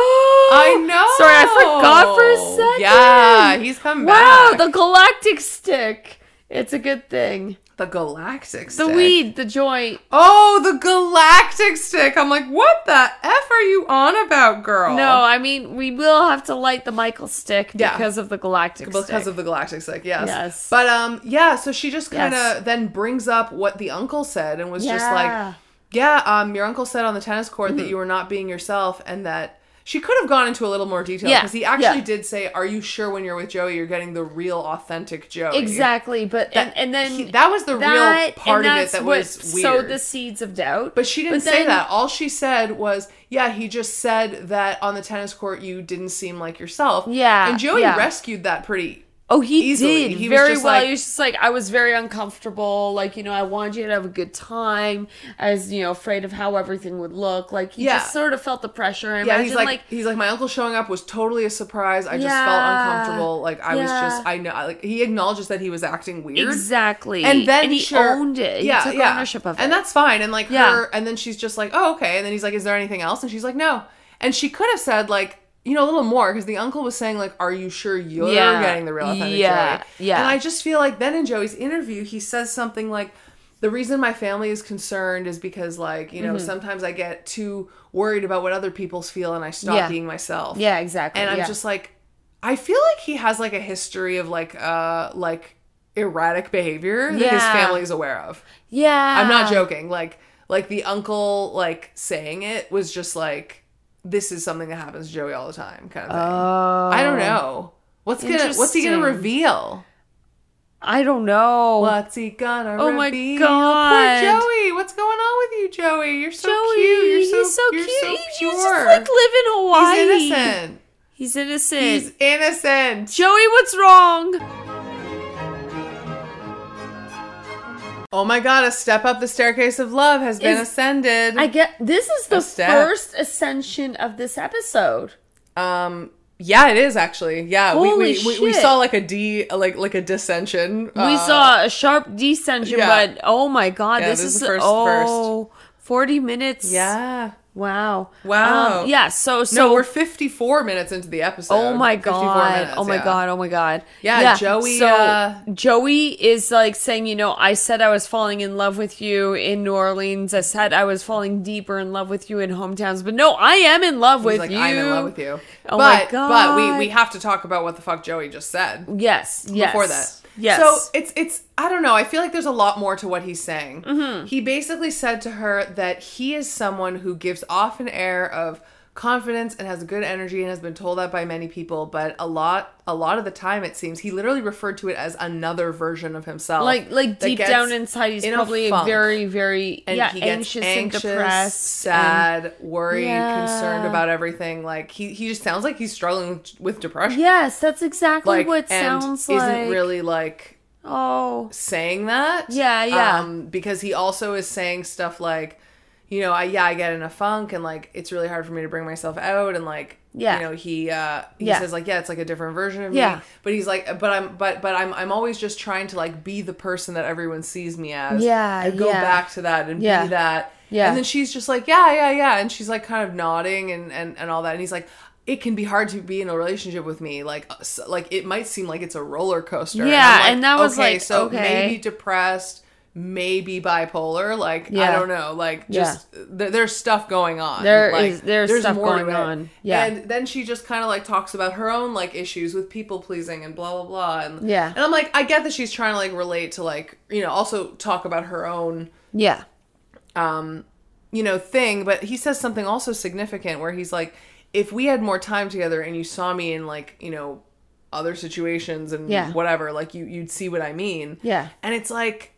I know. Sorry, I forgot for a second. Yeah, he's come Wow, back. the galactic stick. It's a good thing. the galactic The stick. weed, the joint. Oh, the galactic stick. I'm like, what the f are you on about, girl? No, I mean we will have to light the Michael stick Yeah. because of the galactic because stick. of the galactic stick. Yes. Yes. But um, yeah. So she just kind of Yes. then brings up what the uncle said and was just Yeah. like, yeah, um, your uncle said on the tennis court Mm. that you were not being yourself and that. She could have gone into a little more detail Yeah, because he actually yeah. did say, "Are you sure when you're with Joey, you're getting the real, authentic Joey?" exactly, but and, and then He- that was the real that- part and of it that's that what was weird. sowed the seeds of doubt. but she didn't say then- that. All she said was, "Yeah, he just said that on the tennis court you didn't seem like yourself." Yeah, and Joey yeah. rescued that pretty Oh, he Easily. did He was very just well. like- he was just like, I was very uncomfortable. Like, you know, I wanted you to have a good time. I was, you know, afraid of how everything would look. Like, he Yeah. just sort of felt the pressure. I Yeah, imagine, he's like, like, he's like my uncle showing up was totally a surprise. I just Yeah. felt uncomfortable. Like I was Yeah. just I know like he acknowledges that he was acting weird. exactly. And then he sure- owned it. He took ownership of it. And that's fine. And like Yeah. her and then she's just like, "Oh, okay." And then he's like, "Is there anything else?" And she's like, "No." And she could have said like, you know, a little more because the uncle was saying like, "Are you sure you're Yeah. getting the real authentic Yeah. Joey?" Yeah. And I just feel like then in Joey's interview, he says something like the reason my family is concerned is because like, you know, Mm-hmm. sometimes I get too worried about what other people's feel and I stop Yeah. being myself. yeah, exactly. And I'm yeah. just like, I feel like he has like a history of like uh like erratic behavior that his Yeah. Uh-huh. family is aware of. yeah. I'm not joking. Like like the uncle like saying it was just like this is something that happens to Joey all the time kind of thing. Oh, I don't know. What's gonna what's he gonna Interesting. reveal? I don't know. What's he gonna Oh my reveal? God. Poor Joey, what's going on with you, Joey? You're so Joey, cute. You're so, he's so you're cute. so He's pure. just like live in Hawaii. he's innocent. He's innocent. He's innocent. Joey, what's wrong? Oh my god, a step up the staircase of love has been Is- ascended. I get this is the step. first ascension of this episode. um yeah, it is actually. Yeah, we, we, Holy we we shit. saw like a d like like a dissension. we uh, saw a sharp descension, yeah. but oh my god, Yeah, this, this is is the first- oh, 40 minutes. Yeah. Wow. Wow. Um, yeah, so so No, we're 54 minutes into the episode. Oh my 54 god! minutes, oh my yeah. god! Oh my god! Yeah, Joey, So uh, Joey is like saying, you know, I said I was falling in love with you in New Orleans. I said I was falling deeper in love with you in hometowns. But no, I am in love He's with like, you. I'm in love with you. Oh my but but we God. we have to talk about what the fuck Joey just said. Yes. Yes. before that. Yes. So it's it's I don't know. I feel like there's a lot more to what he's saying. Mm-hmm. He basically said to her that he is someone who gives off an air of confidence and has good energy and has been told that by many people, but a lot a lot of the time it seems he literally referred to it as another version of himself. like like that deep gets down inside he's in a probably funk. very very and yeah he gets anxious, and depressed and- sad, worried, Yeah. concerned about everything. Like he he just sounds like he's struggling with, with depression. yes that's exactly Like what it and sounds isn't like really like oh saying that. Yeah, yeah. Um, because he also is saying stuff like, you know, I yeah, I get in a funk and like it's really hard for me to bring myself out and like Yeah. you know, he uh he Yeah. says like, yeah, it's like a different version of Yeah. me. But he's like but I'm but but I'm I'm always just trying to like be the person that everyone sees me as. Yeah, And go yeah. back to that and Yeah. be that. Yeah. And then she's just like, yeah, yeah, yeah. And she's like kind of nodding and, and, and all that. And he's like, it can be hard to be in a relationship with me. Like, uh, s- like it might seem like it's a roller coaster. I'm Yeah, like, and that was like, so okay. maybe depressed, maybe bipolar. Like, I Yeah. don't know. Like, Yeah. just th- there's stuff going on. There like, is- there's stuff more to going it. on. Yeah. And then she just kind of like talks about her own like issues with people pleasing and blah, blah, blah. And, Yeah. And I'm like, I get that she's trying to like relate to like, you know, also talk about her own yeah you know thing but he says something also significant where he's like if we had more time together and you saw me in like you know other situations and Yeah. whatever like you you'd see what i mean Yeah. and it's like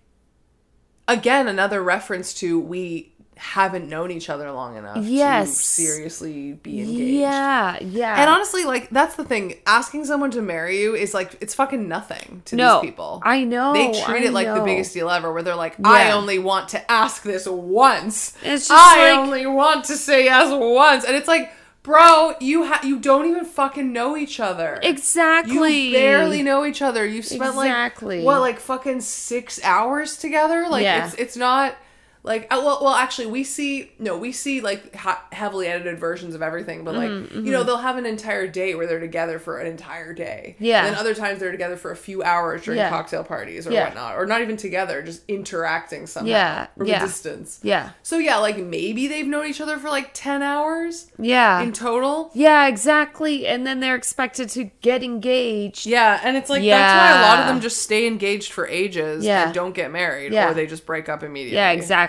again another reference to we haven't known each other long enough Yes. to seriously be engaged yeah yeah and honestly like that's the thing asking someone to marry you is like it's fucking nothing to No, these people I know, they treat I it like the know. biggest deal ever where they're like i Yeah. only want to ask this once It's just i like- only want to say yes once and it's like bro you ha- you don't even fucking know each other exactly you barely know each other. You've spent Exactly. like what, like fucking six hours together. Like Yeah. it's it's not like uh, well, well, actually, we see no, we see like ha- heavily edited versions of everything, but like Mm-hmm, you know, they'll have an entire day where they're together for an entire day. Yeah. And then other times they're together for a few hours during Yeah. cocktail parties or Yeah. whatnot, or not even together, just interacting somehow Yeah, from yeah. a distance. yeah So yeah, like maybe they've known each other for like ten hours yeah in total. yeah exactly and then they're expected to get engaged Yeah, and it's like that's why a lot of Yeah. them just stay engaged for ages Yeah. and don't get married, Yeah. or they just break up immediately. yeah exactly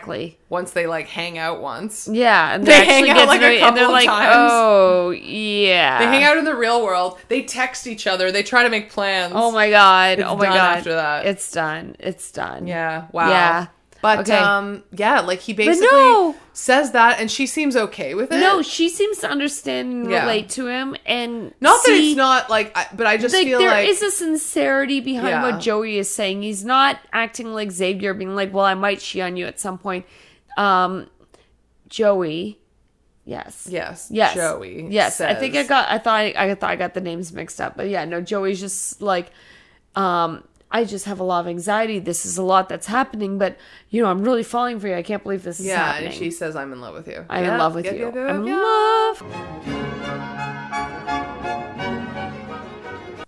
Once they like hang out once, yeah and They they actually hang out, get like, a married, and they're couple of like times. oh yeah they hang out in the real world. They text each other. They try to make plans. oh my god oh my done god after that. it's done it's done yeah, wow. Yeah. But Okay. um, yeah, like he basically no! says that, and she seems okay with it. No, she seems to understand and Yeah. relate to him, and not that see- it's not like, I, but I just like feel there is like a sincerity behind Yeah. what Joey is saying. He's not acting like Xavier, being like, "Well, I might cheat on you at some point." Um, Joey, yes, yes, yes, Joey. yes. I think I says- got. I thought I, I thought I got the names mixed up, but yeah, no. Joey's just like, um, I just have a lot of anxiety. This is a lot that's happening, but you know, I'm really falling for you. I can't believe this is Yeah, happening. and she says, "I'm in love with you. I'm Yeah, in love with yeah, you. yeah, yeah, I'm in yeah. love.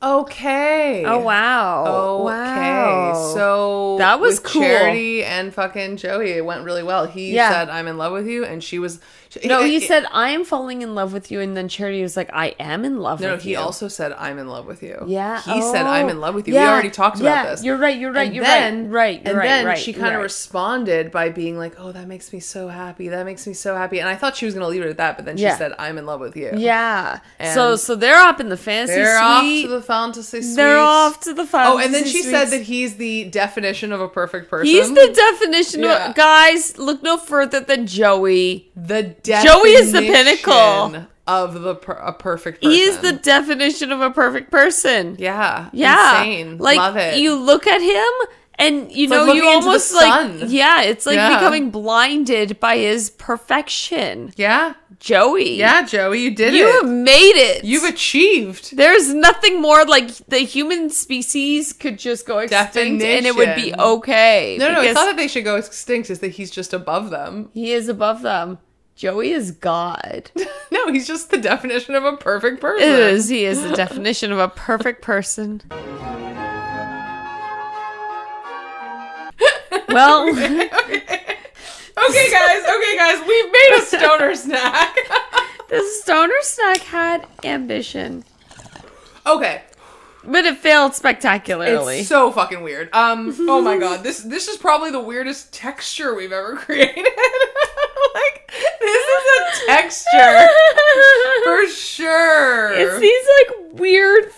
Okay. Oh wow. Okay. Wow. So That was with cool. Charity and fucking Joey, it went really well. He Yeah. said, "I'm in love with you," and she was. she- No, he it- said, I am falling in love with you. And then Charity was like, I am in love No, with he you. also said, "I'm in love with you." Yeah. He said, "I'm Oh. in love with you." We Yeah. already talked Yeah. about this. You're right. You're right. And you're then, right. Right. You're and right. then right, she you're kind of right. responded by being like, "Oh, that makes me so happy. That makes me so happy." And I thought she was gonna leave it at that, but then she Yeah. said, "I'm in love with you." Yeah. So And- so they're up in the fantasy They're off suite. to the fantasy suite. they're off to the fantasy Oh, and then she said suites. that he's the definition of a perfect person. he's the definition Yeah. of guys. Look no further than Joey. the Joey is the pinnacle. definition of the per- a perfect person. He is the definition of a perfect person. yeah Yeah. insane. Like Love it. you look at him and you like know looking you into the almost like sun. yeah, it's like Yeah. becoming blinded by his perfection. yeah Joey. yeah Joey you did You it have made it. you've achieved There's nothing more like the human species could just go extinct and it would be Definition. okay. no no because it's not that they should go extinct is that he's just above them he is above them. Joey is God. no he's just the definition of a perfect person It is. He is the definition of a perfect person. Well, okay guys okay guys we've made a stoner snack The stoner snack had ambition, okay but it failed spectacularly. It's so fucking weird. Um. Oh my god. This this is probably the weirdest texture we've ever created. like this is a texture for sure. it's these like weird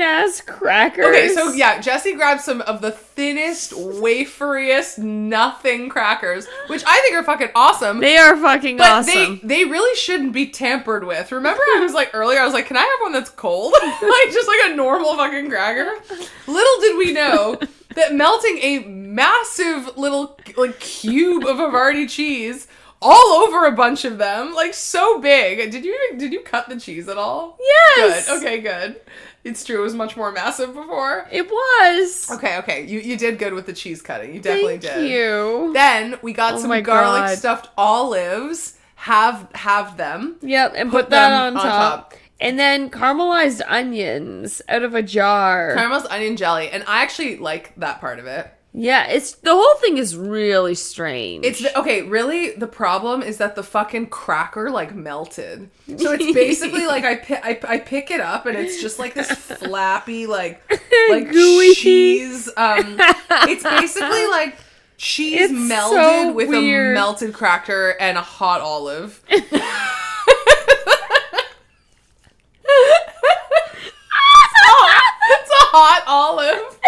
ass crackers. Okay, so yeah, Jesse grabbed some of the thinnest, waferiest, nothing crackers, which I think are fucking awesome. they are fucking but awesome. they they really shouldn't be tampered with. Remember, I was like earlier, I was like, "Can I have one that's cold, like just like a normal fucking cracker?" Little did we know that melting a massive little like cube of Havarti cheese all over a bunch of them, like so big. Did you even- did you cut the cheese at all? Yes! Good. Okay. Good. It's true. It was much more massive before. it was. Okay. Okay. You you did good with the cheese cutting. You definitely Thank did. you. Then we got Oh my some garlic God. stuffed olives. Have have them. yep, and put, Put that on them top. on top. and then caramelized onions out of a jar. Caramel's onion jelly, and I actually like that part of it. yeah, it's the whole thing is really strange. It's okay. Really, the problem is that the fucking cracker like melted. So it's basically like I, pi- I I pick it up and it's just like this flappy like like Gooey. cheese. Um, it's basically like cheese It's so melted with weird. a melted cracker and a hot olive. it's a hot olive.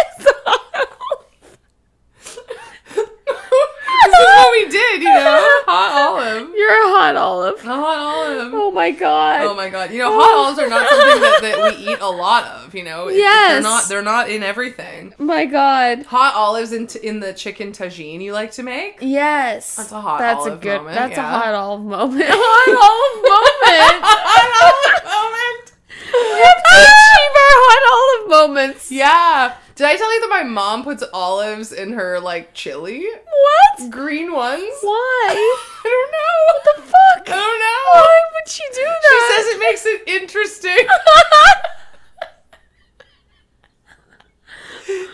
this is what we did, you know? Hot olive. You're a hot olive. A hot olive. Oh my god. Um, Oh my god. You know, hot olives are not something that, that we eat a lot of, you know? It- They're Yes. not they're not in everything. My God. Hot olives in t- in the chicken tagine you like to make? Yes. That's a hot olive good. moment, That's yeah. a hot olive moment. hot Hot Oh olive moment. We have to achieve our hot olive moments. Yeah. Did I tell you that my mom puts olives in her like chili? What? Green ones? Why? I don't know. What the fuck? I don't know. Why would she do Oh, She that? says it makes it interesting.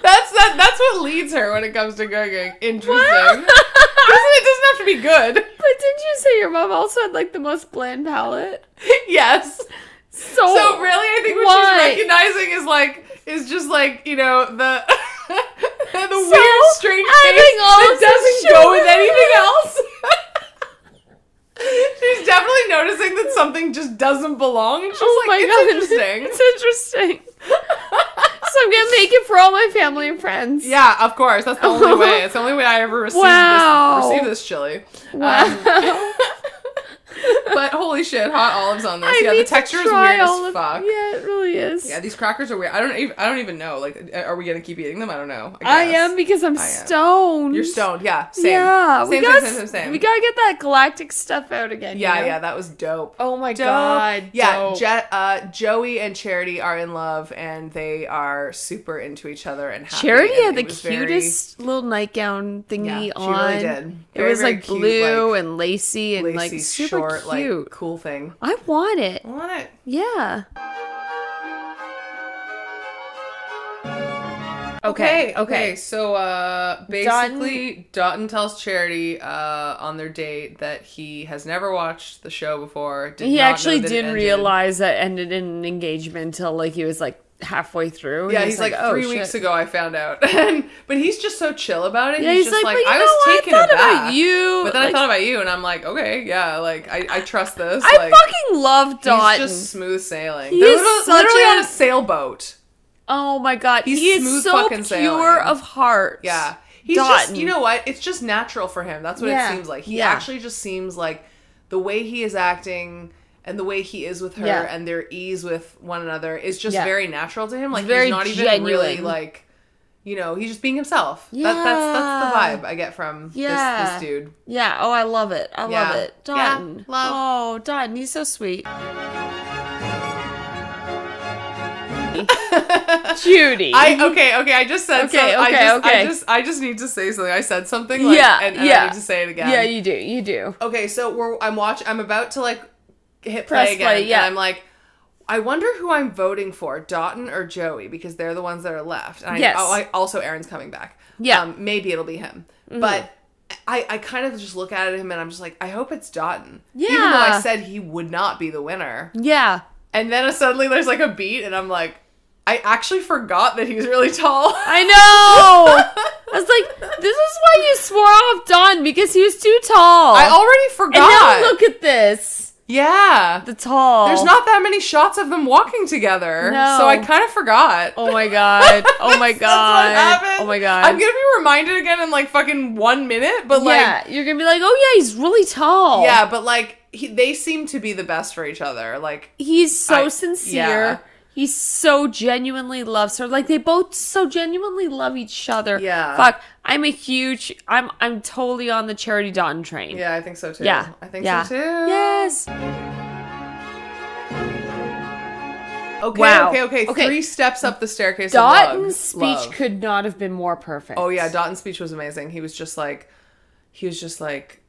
That's that. That's what leads her when it comes to cooking. Interesting. doesn't, it doesn't have to be good. but didn't you say your mom also had like the most bland palate? Yes. So, So really, I think what Oh, Why? she's recognizing is like is just like you know the the So, weird strange adding taste that olives doesn't is go with sugar. anything else. she's definitely noticing that something just doesn't belong. She's oh like, my it's god, interesting. it's interesting. so I'm gonna make it for all my family and friends. Yeah, of course. That's the only way. It's the only way I ever received Wow. this receive this chili. Um, Wow. But holy shit, hot olives on this. I yeah, need the to texture is try weird all as of- fuck. Yeah. Yeah, it really is. these crackers are weird. I don't even I don't even know. Like uh, are we gonna keep eating them? I don't know. I guess. am because I'm I am. stoned. You're stoned, yeah. Same. Yeah, same, we same, gotta, same, same, same. we gotta get that galactic stuff out again. you yeah, know? yeah, that was dope. Oh my Dope. god. Yeah, dope. Je- uh, Joey and Charity are in love, and they are super into each other and happy. Charity and had the it was very- cutest little nightgown Yeah, thingy she on. really did. it Very, was very like cute, blue like, and lacy and like lacy, super short, cute. like cool thing. I want it. I want it. Yeah. Okay, Okay. Okay. So uh basically Dutton tells Charity uh on their date that he has never watched the show before. Did not He know actually that it did ended. realize that ended in an engagement until like he was like halfway through. Yeah, he's like, three three weeks ago I found out. and but he's just so chill about it. Yeah, he's, he's, like, just like, but you I know was what? taken I thought aback. about you. But then I Like, thought about you and I'm like, okay, yeah, like I, I trust this. I like, fucking love he's Dalton. just smooth sailing. He They're is literally, such literally a- on a sailboat. Oh my god, He's he is smooth so fucking pure sailing. of heart. Yeah. He's just, Dotton. you know what? It's just natural for him. That's what Yeah. it seems like. He Yeah. actually just seems like the way he is acting and the way he is with her Yeah. and their ease with one another is just Yeah. very natural to him. Like very he's not even really genuine. like, you know, he's just being himself. That, that's that's the Yeah. vibe I get from Yeah. this, this dude. Yeah. Oh, I love it. I love Yeah. it. Yeah, Dotton. love. Oh, Dotton, he's so sweet. Judy. I okay, okay. I just said Okay, some- I okay, just, okay. I just I just need to say something. I said something. Like, Yeah, and, and yeah. I need to say it again. yeah, you do. You do. okay, so we're I'm watch I'm about to like hit Press play again. play, yeah. And I'm like, I wonder who I'm voting for, Dotton or Joey, because they're the ones that are left. And I, Yes. oh, I- also Aaron's coming back. Yeah. Mm-hmm. Um, maybe it'll be him. But I, I kind of just look at him and I'm just like, I hope it's Dotton. Even though Yeah. I said he would not be the winner. Yeah. And then suddenly there's like a beat and I'm like, I actually forgot that he's really tall. I know. I was like, this is why you swore off Don because he was too tall. I already and forgot. now look at this. yeah. The tall. There's not that many shots of them walking together. Oh. No. So I kind of forgot. Oh my god. Oh my god. That's what happened. Oh my god. I'm gonna be reminded again in like fucking one minute, but like yeah, yeah, you're gonna be like, oh yeah, he's really tall. but like he, they seem to be the best for each other. Like he's so I- sincere. yeah. He so genuinely loves her. Like they both so genuinely love each other. Yeah. Fuck. I'm a huge. I'm. I'm totally on the Charity Don train. yeah, I think so too. Yeah. I think Yeah. so too. Yes. Okay. Wow. Okay. Okay. Okay. Three steps up the staircase. of love. Dotton's speech Love. could not have been more perfect. Oh yeah, Dotton's speech was amazing. He was just like, he was just like,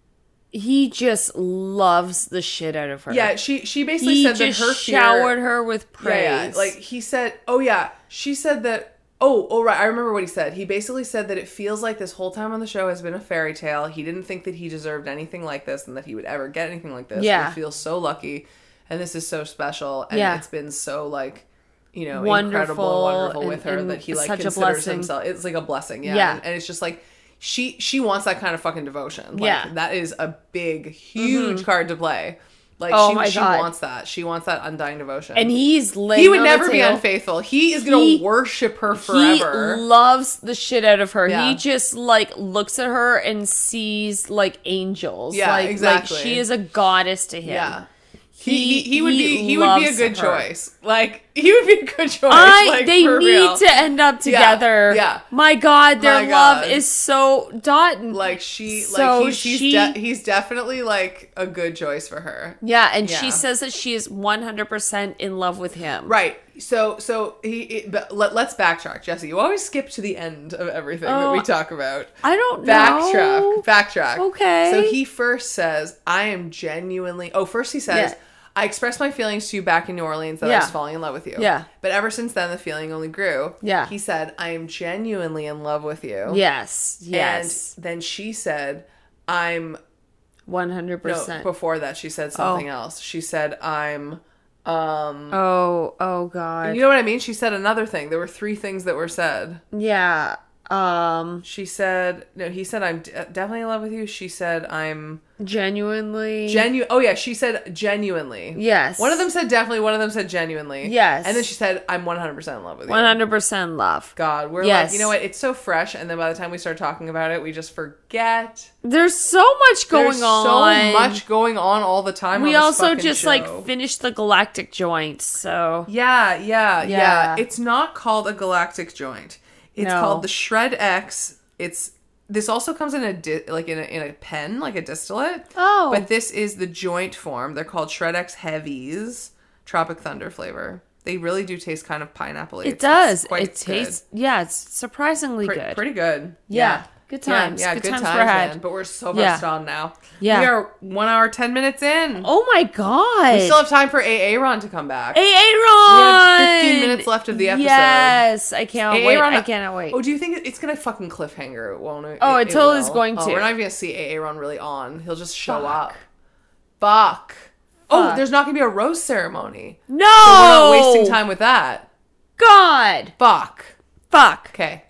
He just loves the shit out of her. yeah. She she basically He said just that her fear- showered her with praise. Yeah, yeah. Like he said, oh yeah, she said that. Oh, oh right, I remember what he said. He basically said that it feels like this whole time on the show has been a fairy tale. He didn't think that he deserved anything like this and that he would ever get anything like this. Yeah. he feels so lucky, and this is so special, and Yeah. it's been so like. You know, Wonderful incredible and wonderful with and- her and that he like such a considers blessing. himself. It's like a blessing, yeah. Yeah. And, and it's just like she she wants that kind of fucking devotion. Like, Yeah. Mm-hmm. that is a big, huge card to play. Like Oh she, my she God. wants that. She wants that undying devotion and he's laying. he would on the never be table. unfaithful. He is going He- to worship her He forever. loves the shit out of her. He Yeah. just like looks at her and sees like angels. Yeah, like, exactly. Like she is a goddess to him. yeah. He, he, he would he be he would be a loves good her. choice. Like he would be a good choice. I like, they for need real. to end up together. yeah. My God, their My love God. is so Dotton. like she So like he's he's, she- de- he's definitely like a good choice for her. yeah, and she Yeah. says that she is one hundred percent in love with him. Right. So so he, he- but let, let's backtrack, Jesse. You always skip to the end of everything that Oh, we talk about. I don't backtrack know. backtrack Okay. so he first says i am genuinely oh first he says Yeah. i expressed my feelings to you back in new orleans that Yeah. i was falling in love with you Yeah. but ever since then the feeling only grew Yeah. he said i am genuinely in love with you Yes. Yes. and then she said i'm One hundred no, percent. before that she said something else she said i'm um Oh. Oh God. you know what i mean she said another thing there were three things that were said Yeah. Um, She said, no, he said, I'm d- uh, definitely in love with you. She said, I'm genuinely. genuine. Oh, yeah. She said, genuinely. yes. One of them said definitely, one of them said genuinely. Yes. And then she said, I'm 100% in love with you. One hundred percent love. God, we're Yes. like, you know what? It's so fresh. And then by the time we start talking about it, we just forget. There's so much going There's on. so much going on all the time. on We this also fucking just like show. finished the galactic joint, so Yeah, yeah, yeah, Yeah. It's not called a galactic joint. It's No. called the Shred X. It's this also comes in a di- like in a, in a pen, like a distillate. Oh. but this is the joint form. They're called Shred X Heavies, Tropic Thunder flavor. They really do taste kind of pineapple. it does. It tastes yeah, it's surprisingly good. pretty good. Yeah. Good Yeah, times. yeah, good, times, were had. man. But we're so Yeah. much on now. Yeah. we are one hour ten minutes in. Oh my god. We still have time for AA Ron to come back. Aaron! We had 15 minutes left of the episode. Yes, I can't Oh, wait. Aaron- I cannot wait. Oh, do you think it's gonna fucking cliffhanger? Won't it? Oh, it totally is going Oh, to. we're not even gonna see Aaron really on. He'll just show Fuck. up. Fuck. Oh, Fuck. Oh! there's not gonna be a rose ceremony. no, We're not wasting time with that. God, Fuck. fuck. Okay.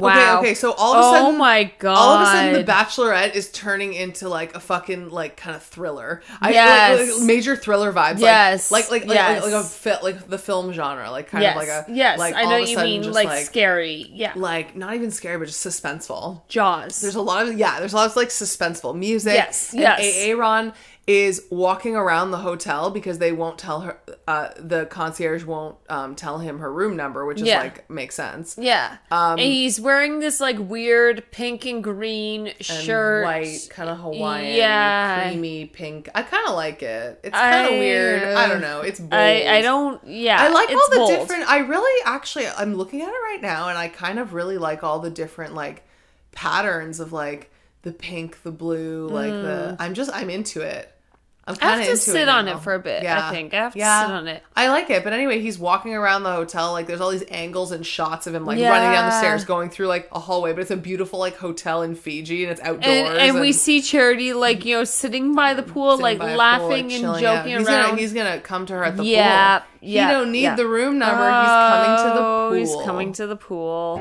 Wow. Okay. Okay. So all of a oh sudden, my God. all of a sudden, The Bachelorette is turning into like a fucking like kind of thriller. I, like- Yes. like, major thriller vibes. Yes. Like like like, like- Yes. like, a fi- like the film genre, like kind of Yes, like a yes. Like, I all know of a what you sudden mean, just, like, scary. Yeah, like not even scary, but just suspenseful. Jaws. There's a lot of yeah. There's a lot of like suspenseful music. Yes, and yes. Aaron is walking around the hotel because they won't tell her. Uh, the concierge won't um, tell him her room number, which is Yeah. like makes sense. yeah, Um, and he's wearing this like weird pink and green shirt. White, kind of Hawaiian, Yeah. creamy pink. I kind of like it. It's kind of I- weird. I don't know. It's bold. I, I don't. Yeah, I like all it's the bold. different. I really actually, I'm looking at it right now, and I kind of really like all the different like patterns of like the pink, the blue, like the. I'm just, I'm into it. I'm Mm. I kind have of to into it sit on now. it for a bit. I think I have to Yeah. sit on it. I like it, but anyway, he's walking around the hotel. Like, there's all these angles and shots of him like Yeah. running down the stairs, going through like a hallway. But it's a beautiful like hotel in Fiji, and it's outdoors. and, and we see Charity like you know sitting by the pool, sitting like by a pool, laughing like, and chilling out. joking he's around. Gonna, he's gonna come to her at the Yeah, pool. yeah, He don't need yeah. the room number. He's coming to the Oh, pool. He's coming to the pool.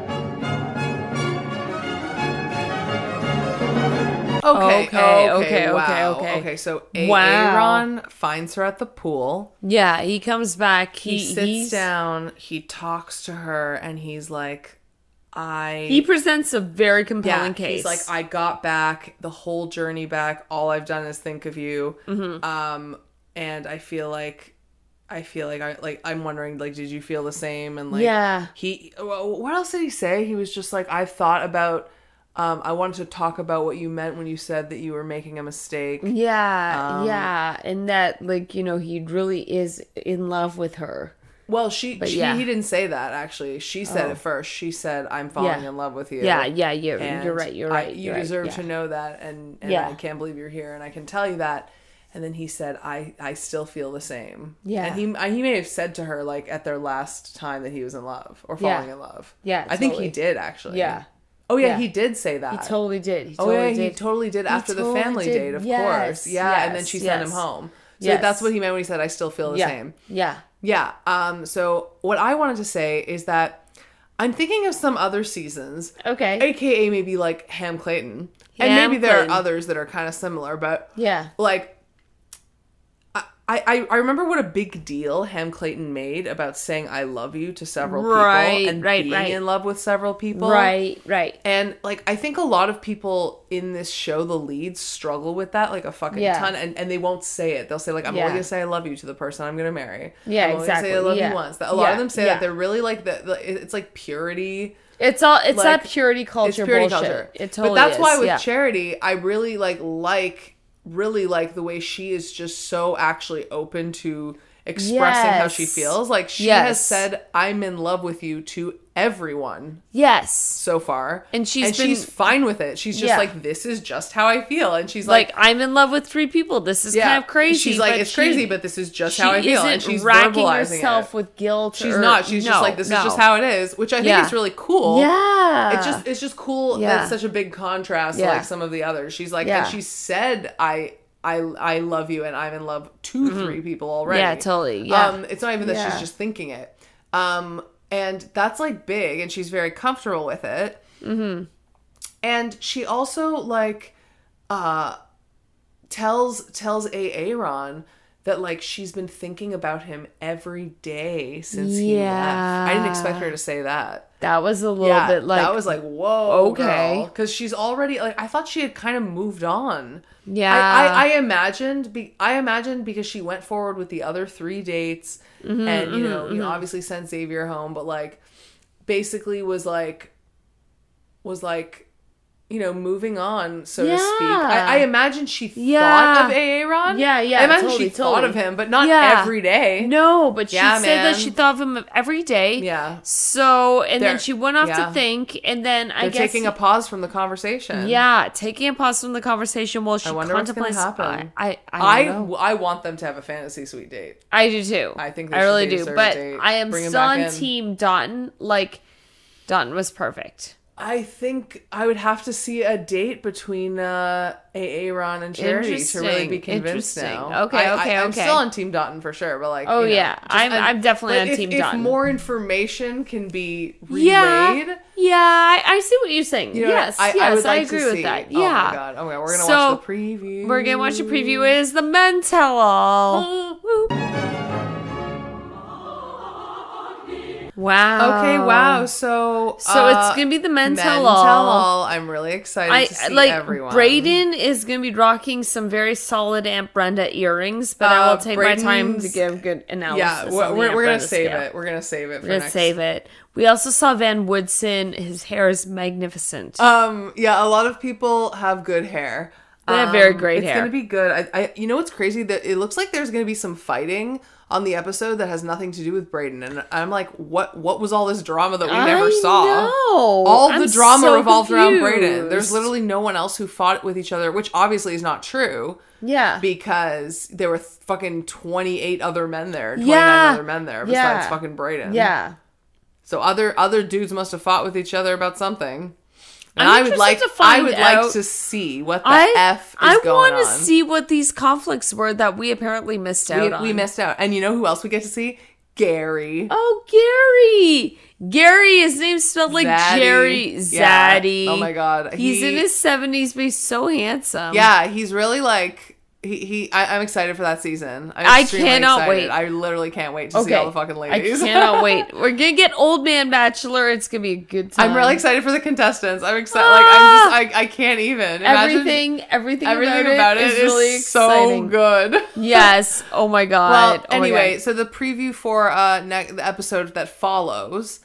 Okay, Okay, okay, wow. okay, okay. Okay, so Wow. Aaron finds her at the pool. Yeah, he comes back. He, He, sits he's- down, he talks to her, and he's like, I. He presents a very compelling yeah, case. He's like, I got back the whole journey back. All I've done is think of you. Mm-hmm. Um, and I feel like, I feel like I like I'm wondering like, did you feel the same? And like, Yeah. he. wh- What else did he say? He was just like, I thought about. Um, I wanted to talk about what you meant when you said that you were making a mistake. Mm-hmm. yeah, Um, yeah, and that like you know he really is in love with her. Well, she, she yeah. Oh. he didn't say that actually. She said it first. She said, "I'm falling Yeah. in love with you." Yeah, yeah, you're And you're right. You're I- right. you you're right, deserve yeah. to know that, and, and Yeah. I can't believe you're here, and I can tell you that. And then he said, "I I still feel the same." Yeah. and he I, he may have said to her like at their last time that he was in love or Yeah. falling in love. Yeah, I think totally. he did actually. Yeah. Oh yeah, Yeah. he did say that. He totally did. He Oh totally yeah, did. he totally did after totally the family did. date, of Yes, course. Yeah, and then yes, she sent him yes. home. So Yes. that's what he meant when he said, "I still feel the yeah. same." Yeah. Yeah. Um, so what I wanted to say is that I'm thinking of some other seasons, Okay. aka maybe like Ham Clayton, and Ham maybe there Clayton. are others that are kind of similar, but yeah. like. I, I, I remember what a big deal Ham Clayton made about saying I love you to several Right, people and right, being right. in love with several people. Right. Right. And like I think a lot of people in this show, the leads, struggle with that like a fucking Yeah. ton, and, and they won't say it. They'll say like, "I'm Yeah. only gonna say I love you to the person I'm gonna marry." Yeah, I'm only gonna Say I exactly. love Yeah. you once. A lot Yeah. of them say Yeah. that they're really like the, the it- it's like purity. It's all it's Like, that purity culture It's purity bullshit. culture. It totally but that's is. why with yeah. Charity, I really like like really like the way she is just so actually open to expressing how she Yes. feels. Like she Yes. has said, "I'm in love with you" to everyone Yes. so far. And she's and been- she's fine with it. She's just Yeah. like, this is just how I feel. And she's like, Like, I'm in love with three people. This is kind of crazy. She's like, but it's she- crazy, but this is just she how I feel. isn't And she's racking verbalizing herself it. with guilt. She's or- not. She's no, just like, this no. is just how it is, which I think Yeah. is really cool. Yeah. It's just it's just cool Uh, Yeah. that's such a big contrast Yeah. to like some of the others. She's like Yeah. and she said I I I love you and I'm in love 2 three people already. Yeah, Mm-hmm. totally, yeah. Um it's not even that Yeah. she's just thinking it. Um and that's like big, and she's very comfortable with it. Mm-hmm. And she also like uh, tells tells Aaron that like she's been thinking about him every day since he Yeah. left. I didn't expect her to say that. That was a little bit like that was like whoa okay. okay because she's already like I thought she had kind of moved on. yeah. I, I, I imagined be, I imagined because she went forward with the other three dates Mm-hmm, and you know you obviously sent Xavier home but like basically was like was like you know moving on so to speak Yeah. I, I imagine she Yeah. thought of Aaron Yeah, yeah, I imagine totally, she thought of totally. him but not Yeah. every day no, but she Yeah, said that man. she thought of him every day. yeah So and then They're- she went off yeah. to think, and then I they're guess taking a pause from the conversation yeah, taking a pause from the conversation while she wonder what's gonna contemplates. happen. I I, I, I don't know. I want them to have a fantasy suite date I do too. I think they I should really date a do. surrogate But date. I am Bring him still on back in. team Dotton. Like Dotton was perfect. I think I would have to see a date between uh, Aaron and Charity to really be Interesting, convinced interesting. now. Okay, I, I, okay, I'm okay. still on Team Dotton for sure, but like, Oh, you know, yeah. just- I'm- I'm definitely but on if, Team if Dotton. more information can be relayed, Yeah, yeah. I, I see what you're saying. you know, yes, I, I, yes, would I, like to agree with see. that. Oh Yeah, my god, Mm. oh my god, we're gonna So, watch the preview. we're gonna watch a preview. Is the men tell all? Wow. Okay, wow. So Uh, So uh, it's gonna be the men, men tell all. I'm really excited I to see like everyone. Braden is gonna be rocking some very solid Aunt Brenda earrings, but I Uh, will take my time to Braden's- give good analysis. Yeah, we're, on the we're, Aunt we're gonna Brenda save scale. it. We're gonna save it for We're gonna next save it. We also saw Van Woodson. His hair is magnificent. Um, yeah, a lot of people have good hair. They have Um, very great hair. It's gonna be good. I, I, you know, what's crazy that it looks like there's gonna be some fighting on the episode that has nothing to do with Braden, and I'm like, what? What was all this drama that we never saw? know. All the I'm drama so revolved around Braden. confused. There's literally no one else who fought with each other, which obviously is not true yeah. because there were fucking 28 other men there, 29 Yeah. other men there Yeah. besides fucking Braden. yeah. So other other dudes must have fought with each other about something. And I'm I would interested like to to find I would out- like to see what the I f is I going want on. to see what these conflicts were that we apparently missed out we, on. we missed out. And you know who else we get to see? Gary. Oh, Gary. Gary, his name's spelled like Zaddy. Jerry Yeah. Zaddy. Oh my God. He's He- in his 70s, but he's so handsome. Yeah, he's really like he, he I, I'm excited for that season. I'm I extremely cannot excited. wait. I literally can't wait to see all the fucking ladies. I cannot wait. We're gonna get Old Man Bachelor. It's gonna be a good time. I'm really excited for the contestants. I'm excited. Like I'm just I, I can't even. Imagine Ah. Everything, everything, everything about it is really so exciting. good. Yes. Oh my god. Well, Oh my anyway, God. so the preview for uh ne- the episode that follows.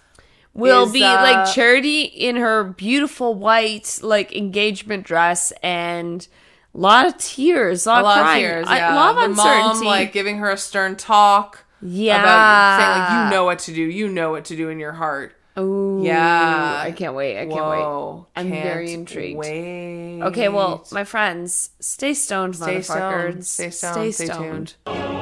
will is, be uh, like Charity in her beautiful white like engagement dress and a lot of tears, a lot, A lot of of crying, tears. I- yeah. a lot of the uncertainty. Mom, like giving her a stern talk. yeah, About saying like you know what to do. You know what to do in your heart. Ooh, Yeah. I can't wait. I can't Whoa. wait. I'm can't very intrigued. Wait. Okay, well, my friends, stay stoned, Stay motherfuckers. stoned. Stay stoned. Stay tuned. tuned.